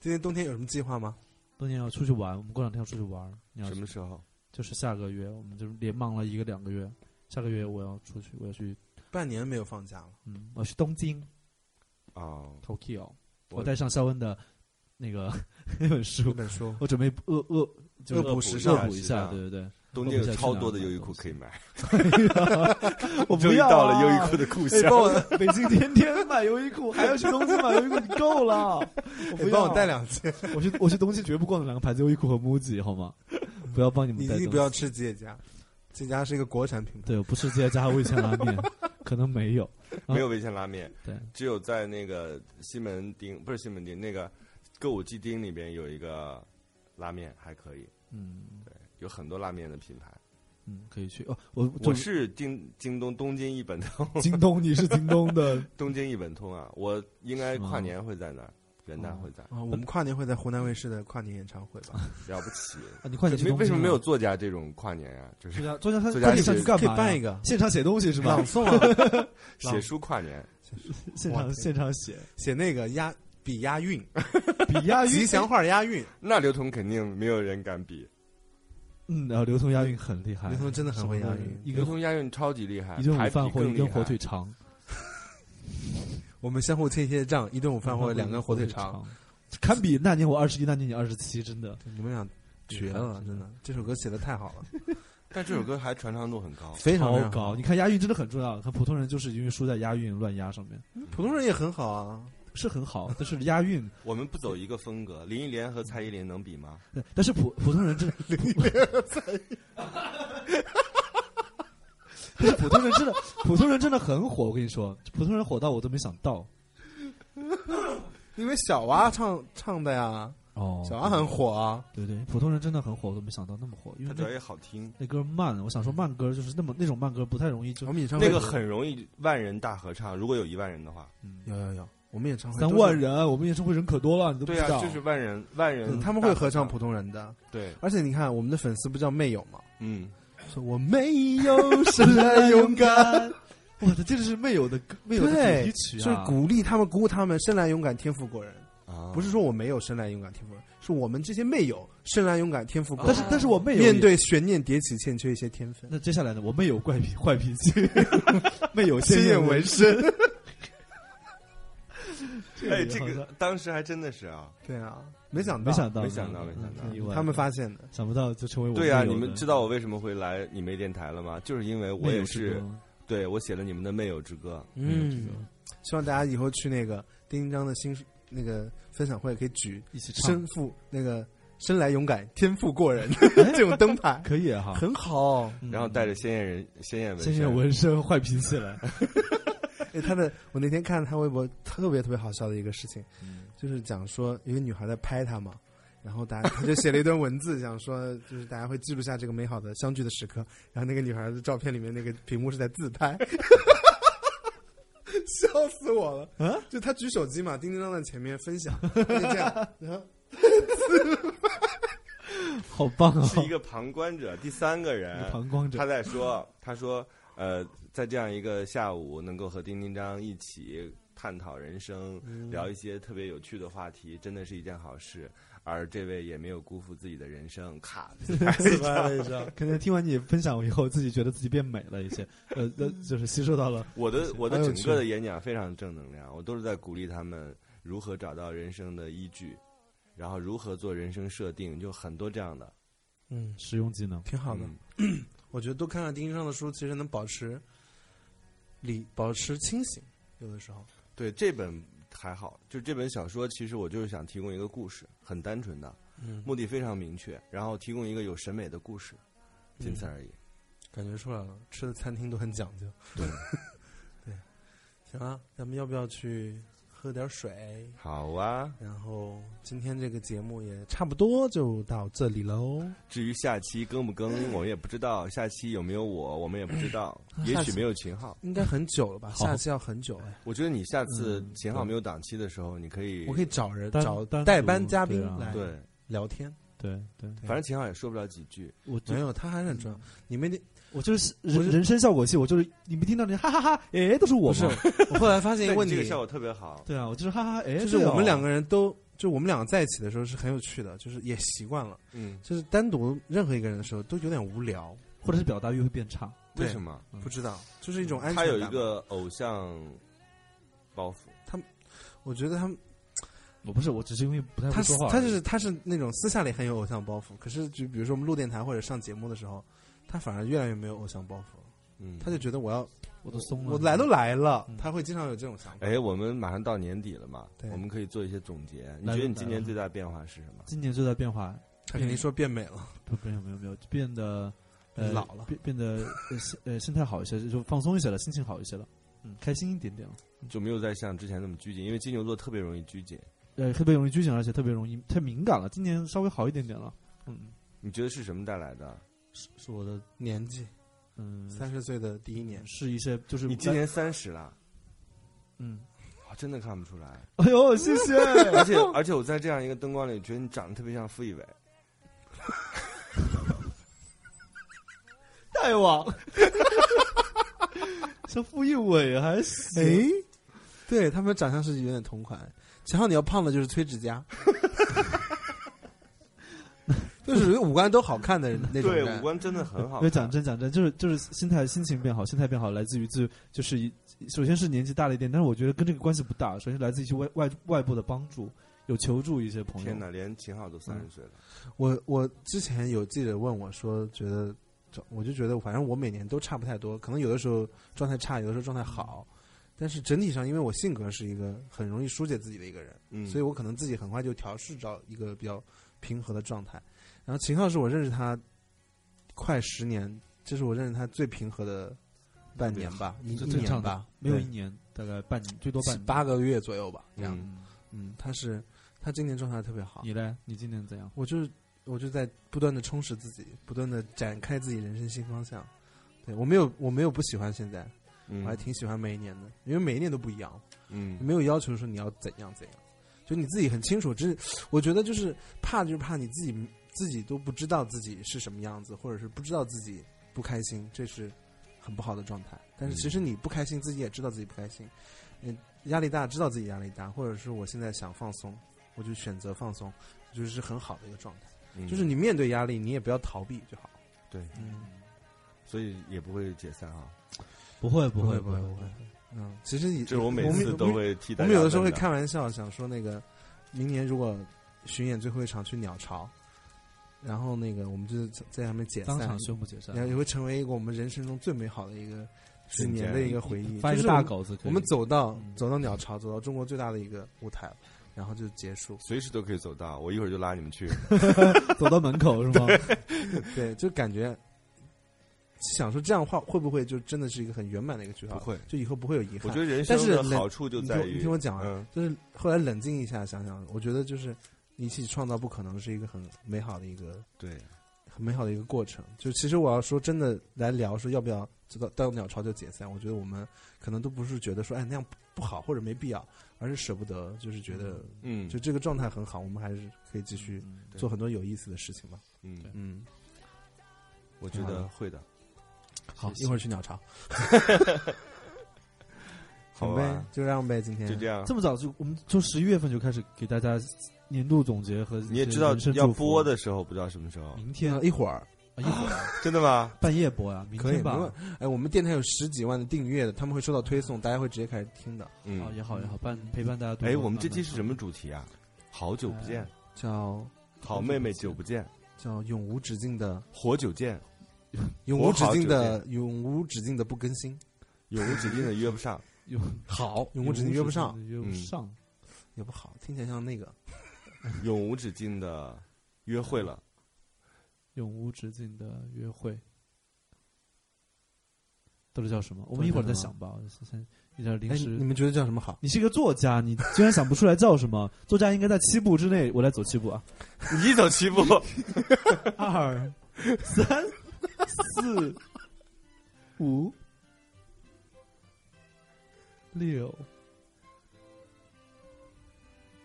今年冬天有什么计划吗？
冬天要出去玩，我们过两天要出去玩，你要
什么时候？
就是下个月，我们就是连忙了一个两个月。下个月我要出去，我要去，
半年没有放假了，
嗯，我要去东京
哦，
Tokyo，我
我
带上肖恩的那 个那本书
这，本书
我准备恶恶就
恶
是
补
时
时
尚
恶补一下，
时尚
对对对。
东京有超多的优衣库可以买，
我
终
不
于
要、啊、
到了优衣库的库
哎，
箱。
帮我北京天天买优衣库，还要去东京买优衣库，你够了！ 哎我不
你哎
要
帮我 带，两件，
我去我去东京绝不逛的两个牌子，优衣库和 MUJI 好吗？不要帮你们
你
带
一
东西，
定不要吃吉野家，吉野家是一个国产品牌。
对，我不是这家味千拉面，可能没有。
没有味千拉面，
对，
只有在那个西门町，不是西门町，那个歌舞伎町里边有一个拉面还可以，
嗯
有很多拉面的品牌。
嗯，可以去哦。我
我
就是
京京东东京一本通，
京东，你是京 东的，
东京一本通啊，我应该
是吗哦
跨年会在那儿，元旦会在，
啊，我们跨年会在湖南卫视的跨年演唱会吧？
了不 起。
啊、你快点去
没
东京啊。
为什么没有作家这种跨年啊？就是
作家？作家他
作家
快点
是
上去干
可以
嘛呀？
办一个
现场写东西是吧
朗？诵啊，
写书跨年，
现
我
场
天
现场写，
写那个押比押韵，
比押韵
吉祥话押 韵，
那刘同肯定没有人敢比，
嗯，然后刘同押韵很厉害，
刘同真的很会押韵
什么的一
刘
个
同押韵超级厉害，
一顿
排
午
比
饭或
更
一根
厉害
火腿。肠，
我们相互贴贴账，一顿午饭或者两根火腿肠。
肠，堪比那年我二十一，那年你二十七，真的。
你们俩绝了，真的，这首歌写的太好了，
但这首歌还传唱度很高，
非常非常
超
好
高，你看押韵真的很重要。看普通人就是因为输在押韵乱押上面，
普通人也很好啊，
是很好， 但是押韵，
我们不走一个风格，林忆莲和蔡依林能比吗？
但是普普通人真的普 但是普通人真的，普通人真的很火。我跟你说，普通人火到我都没想到。
因为小蛙唱唱的呀，
哦
小蛙很火啊。
对对，普通人真的很火，我都没想到那么火，因
它
为
主
那
要也好听，
那歌慢，我想说慢歌就是那么那种慢歌不太容易就
我们演唱会
那个很容易万人大合唱，如果有一万人的话，
有有有，我们演唱会
三
都是啊
万，人，我们演唱会人可多了，你都不
对
知
呀、
道。
就是万人万人大合
嗯
唱，
他们会合唱普通人的。
对，
而且你看，我们的粉丝不叫妹友吗？
嗯，
说我没 有生来勇敢，
我的这就是没有的歌，没有的主
对
题，曲
就是
啊！
鼓励他们，鼓舞他们生来勇敢，天赋过人。
啊
不是说我没有生来勇敢，天赋过人，是我们这些妹友生来勇敢，天
哦
赋过
但
人。
是但是我妹有
面
也
对悬念迭起，欠缺一些天 分。
那接下来呢？我妹有怪 脾坏脾气，妹有
鲜艳 纹身，
哎，这个当时还真的是啊，
对啊，没想到，
没想到，
没想到没想到
嗯挺意外的
他们发现的。
想不到就成为我
对呀、啊
妹友
你
的
们知道我为什么会来你们电台了吗？就是因为我
妹
也
友之
是
歌
对我写了你们的《妹友之歌
嗯，希望大家以后去那个丁丁章的新书那个分享会，可以举
一起唱
身负那个生来勇敢，天赋过人 这种灯牌，
可以啊哈，
很好。
嗯》，
然后带着鲜艳人鲜艳纹
先
身，
生纹身坏脾气了，
哎他的，我那天看他微博，特别特别好笑的一个事情，就是讲说有一个女孩在拍他嘛，然后大家他就写了一段文字，讲说就是大家会记录下这个美好的相聚的时刻，然后那个女孩的照片里面那个屏幕是在自拍。 笑死我了！
啊
就他举手机嘛，叮叮当在前面分享，他就这样，然后
好棒 啊！
是一个旁观者，第三个人，
旁观者
他在说，他说，呃，在这样一个下午，能够和丁丁张一起探讨人生，聊一些特别有趣的话题，真的是一件好事。而这位也没有辜负自己的人生，咔，
自拍了一张，可能听完你分享以后，自己觉得自己变美了一些，呃，呃就是吸收到了
我的我的
好有
整
趣
个的演讲非常正能量，我都是在鼓励他们如何找到人生的依据，然后如何做人生设定，就很多这样的。
嗯，
实用技能。
挺好的。
嗯
我觉得多看看丁丁上的书，其实能保持理，保持清醒。有的时候，
对这本还好，就这本小说，其实我就是想提供一个故事，很单纯的，
嗯，
目的非常明确，然后提供一个有审美的故事，仅此而已。
感觉出来了，吃的餐厅都很讲究。
对，
对，行啊，咱们要不要去喝点水？
好啊，
然后今天这个节目也差不多就到这里喽。，
至于下期更不更，我们也不知道；下期有没有我，我们也不知道 也许没有秦昊。
应该很久了吧？
好
下次要很久哎，
我觉得你下次
嗯
秦昊没有档期的时候，你可以
我可以找人
单
找
单独
代班嘉宾
对啊
来
对，
聊天。
对对，
反正秦昊也说不了几句。
我
没
就
有，他还是很重要。你们得
我就是
我
人
是
人生效果器，我就是你没听到你哈哈哈，哎，都是我
不是
吗？
我后来发现一
但
个问
你
题
这个，效果特别好，
对啊，我就是哈哈哈，哎，
就是
对哦
我们两个人都就我们两个在一起的时候是很有趣的，就是也习惯了。
嗯，
就是单独任何一个人的时候都有点无聊，
或者是表达欲会变差。
对
为什么？
嗯
不知道，就是一种安全
他
感。
有一，个偶像包袱。
我觉得他们
我不是，我只是因为不太
他
会
是
说话而已。
他就是他是那种私下里很有偶像包袱，可是就比如说我们录电台或者上节目的时候，他反而越来越没有偶像包袱了。
嗯，
他就觉得我要
我都松了，
我来都来了
嗯，
他会经常有这种想法。
哎，我们马上到年底了嘛，
对
我们可以做一些总结。你
来
觉得
吧
你今
来
年
吧
最大的变化是什么？
今年最大变化，
他肯定说变美了，
不，没有没有没有，变得呃
老了
变变得呃心呃心态好一些，就放松一些了，心情好一些了，嗯，开心一点点了。
就没有再像之前那么拘谨，因为金牛座特别容易拘谨。
呃，特别容易拘谨，而且特别容易太敏感了。今年稍微好一点点了，嗯，
你觉得是什么带来的？
是是我的
年纪
嗯，
三十岁的第一年，
是一些就是
你今年三十了，
嗯，
哇，真的看不出来。
哎呦，谢 谢，
而且而且我在这样一个灯光里，觉得你长得特别像傅艺伟。
大 王，像傅艺伟还行，
哎，对他们长相是有点同款。秦昊，你要胖了就是崔指 甲，就是五官都好看的人那种
对，
人
五。官真的很好
因为
看。
讲真讲真，就是就是心态心情变好，心态变好来自于自就是一首先是年纪大了一点，但是我觉得跟这个关系不大，首先来自于一些外外外部的帮助，有求助一些朋
天
友。
哪，连秦昊都三十岁了。
我我之前有记者问我说，觉得这我就觉得，反正我每年都差不太多，可能有的时候状态差，有的时候状态好，但是整体上，因为我性格是一个很容易疏解自己的一个人，
嗯，
所以我可能自己很快就调试到一个比较平和的状态。然后秦昊是我认识他快十年，这是我认识他最平和的半年吧，一
是
一
正
年
常的
吧，
没有
对
一年，大概半年，最多半
七
年。
八个月左右吧，这样。
嗯，
嗯，他是他今年状态特别好，
你嘞？你今年怎样？
我就是我就在不断的充实自己，不断的展开自己人生新方向。对我没有我没有不喜欢现在，我还
嗯
挺喜欢每一年的，因为每一年都不一样，
嗯
没有要求说你要怎样怎样，就你自己很清楚。只是我觉得就是怕就是怕你自己自己都不知道自己是什么样子，或者是不知道自己不开心，这是很不好的状态。但是
嗯
其实你不开心，自己也知道自己不开心，嗯，压力大知道自己压力大，或者是我现在想放松，我就选择放松，就是很好的一个状态。
嗯
就是你面对压力，你也不要逃避就好。
对，
嗯，
所以也不会解散啊。
不会，不会，
不
会
会，不会。嗯，其实也
这是我每次都会替
我
大家
们有的时候会
问的
开玩笑，想说那个明年如果巡演最后一场去鸟巢，然后那个我们就在在上面解散
当，场宣布解散
然，后也会成为一个我们人生中最美好的一个几
瞬间
年的一个回忆。
发
就
一个
是
大
我们
稿子可以。
我们走到
嗯
走到鸟巢，走到中国最大的一个舞台，然后就结束。
随时都可以走到，我一会儿就拉你们去。
走到门口是吗？
对，就感觉想说这样的话会不会就真的是一个很圆满的一个句号？
不会
就以后不会有遗憾。
我觉得人
但
生
是
的
冷
好处就
你
在
听
于
你听我讲完
嗯
就是后来冷静一下，想想，我觉得就是一起创造不可能是一个很美好的一个
对，
很美好的一个过程。就其实我要说真的来聊说要不要知道到鸟巢就解散，我觉得我们可能都不是觉得说哎那样不好或者没必要，而是舍不得，就是觉得
嗯，
就这个状态很好，我们还是可以继续
嗯
对
做很多有意思的事情吧。
嗯，
嗯，
我觉
挺好
得
的
会的。
好，
谢谢
一会儿去鸟巢。
好
呗
吧，
就这样呗，今天
就这样
这，么早就我们从十一月份就开始给大家年度总结和
你也知道
人生
要
祝福啊
播，的时候不知道什么时候，
明天
嗯一会儿
一会儿
真的 吗？
半夜播呀，明
可以
天
吧？
吧
没？问哎，我们电台有十几万的订阅的，他们会收到推送，大家会直接开始听的。
哦，
嗯，
也好也好，伴陪伴大家度过漫漫
哎，
长。
我们这期是什么主题啊？好久不见，
叫
好妹妹久不见，
叫永无止境的
活久见，
永无止境的永无止境的不更新，
永无止境的约不上。
有？
好，永
永
无止境约不
无
上
止境的约不
嗯
上。
也不好，听起来像那个
永无止境的约会了，
永无止境的约会，到底叫什么？我们一会儿再想吧，我先有点临
哎，
时。
你们觉得叫什么好？
你是一个作家，你居然想不出来叫什么？作家应该在七步之内，我来走七步啊，
你走七步，
二、三、四、五、六，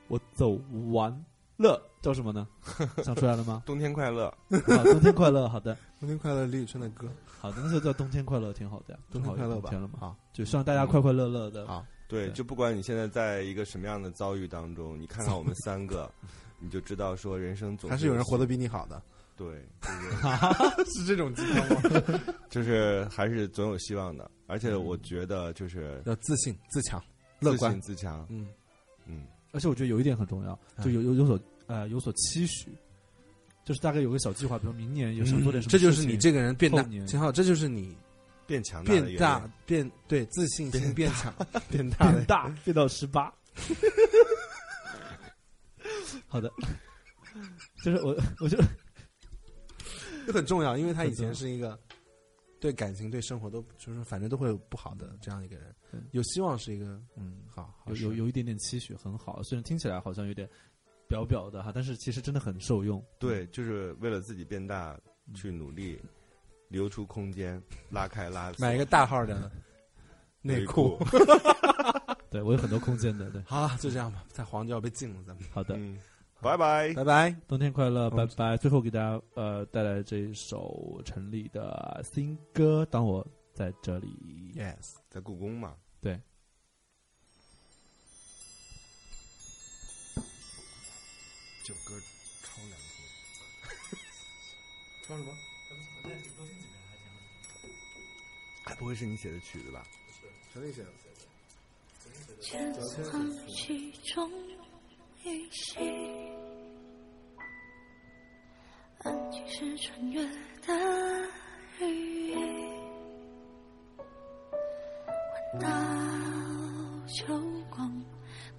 我走完了，叫什 么呢？想出来了吗？
冬天快乐，
好，冬天快乐，好的。
冬天快乐，李宇春的歌，
好的，那就叫冬天快乐，挺好的呀，
冬天快乐吧啊
正好也冬天了嘛，
好，
就希望大家快快乐乐的。
好，
对，
对
就不管你现在在一个什么样的遭遇当中，你看看我们三个，你就知道说人生总
还是有人活得比你好的，
对，
是这种鸡汤吗？
就是还是总有希望的。而且我觉得就是
要自信、自强、乐
自
观
信，自强，
嗯，
嗯，
而且我觉得有一点很重要，就有有有所呃有所期许，就是大概有个小计划，比如明年有想做点什么事
嗯这
情。
就是你这个人变大
后年，
秦昊，这就是你
变强大的原
变
因
大，变对自信心变强 变大
变
的。
大变到十八。 好的，就是我，我就
这很重要，因为他以前是一个对感情、对生活都就是反正都会有不好的这样一个人
对，
有希望是一个
嗯，
好好
有
事
有有一点点期许，很好。虽然听起来好像有点表表的哈，但是其实真的很受用。
对，就是为了自己变大去努力，留出空间，拉开拉锁
买一个大号 的内裤。，
对我有很多空间的。对，
好了，就这样吧，在黄就要被禁了，咱们
好的，
嗯，拜拜。
拜拜。
冬天快乐，
好
拜拜！最后给大家呃带来这一首陈粒的新歌《当我在这里》。
Yes。
在故宫嘛。
对。
这首歌超难听。
唱什么？
还哎不会是你写的曲子吧？
陈立写的。
千算其中一息，安静是穿越的羽翼，闻到秋光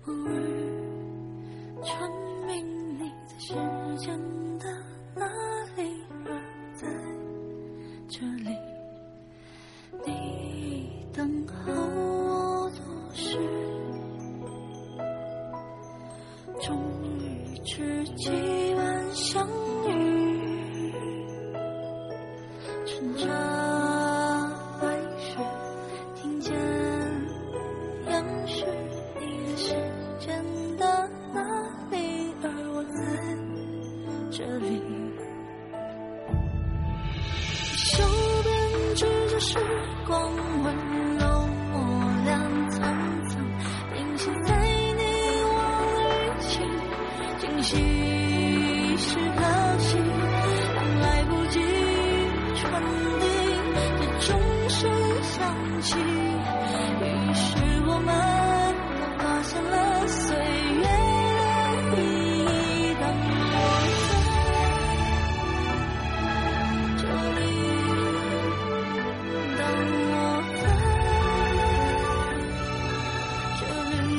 暮日，传明你在时间的哪里，而在这里。
终于知己般相遇，乘着白雪，听见杨絮，你的视线到哪里，而我在这里。手编织着时光，温柔磨亮层层，凝视在你我旅行，惊喜是可惜，当来不及传递，这钟声响起，于是我们都发现了岁月的意义。当我在。这里，当我在这里。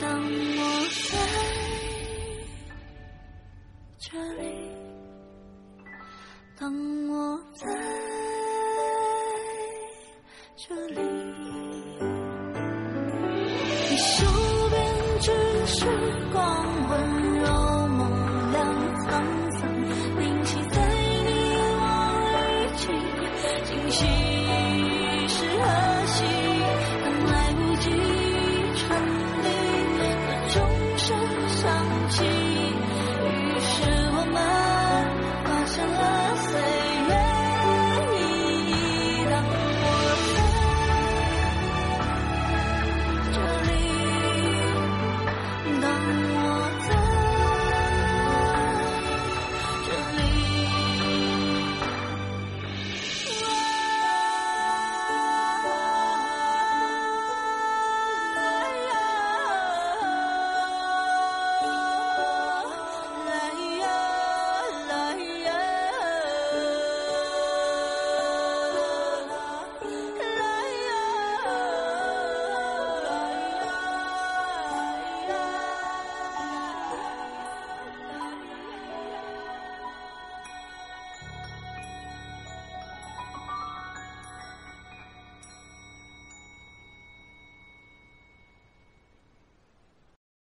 当我在这里，当我在。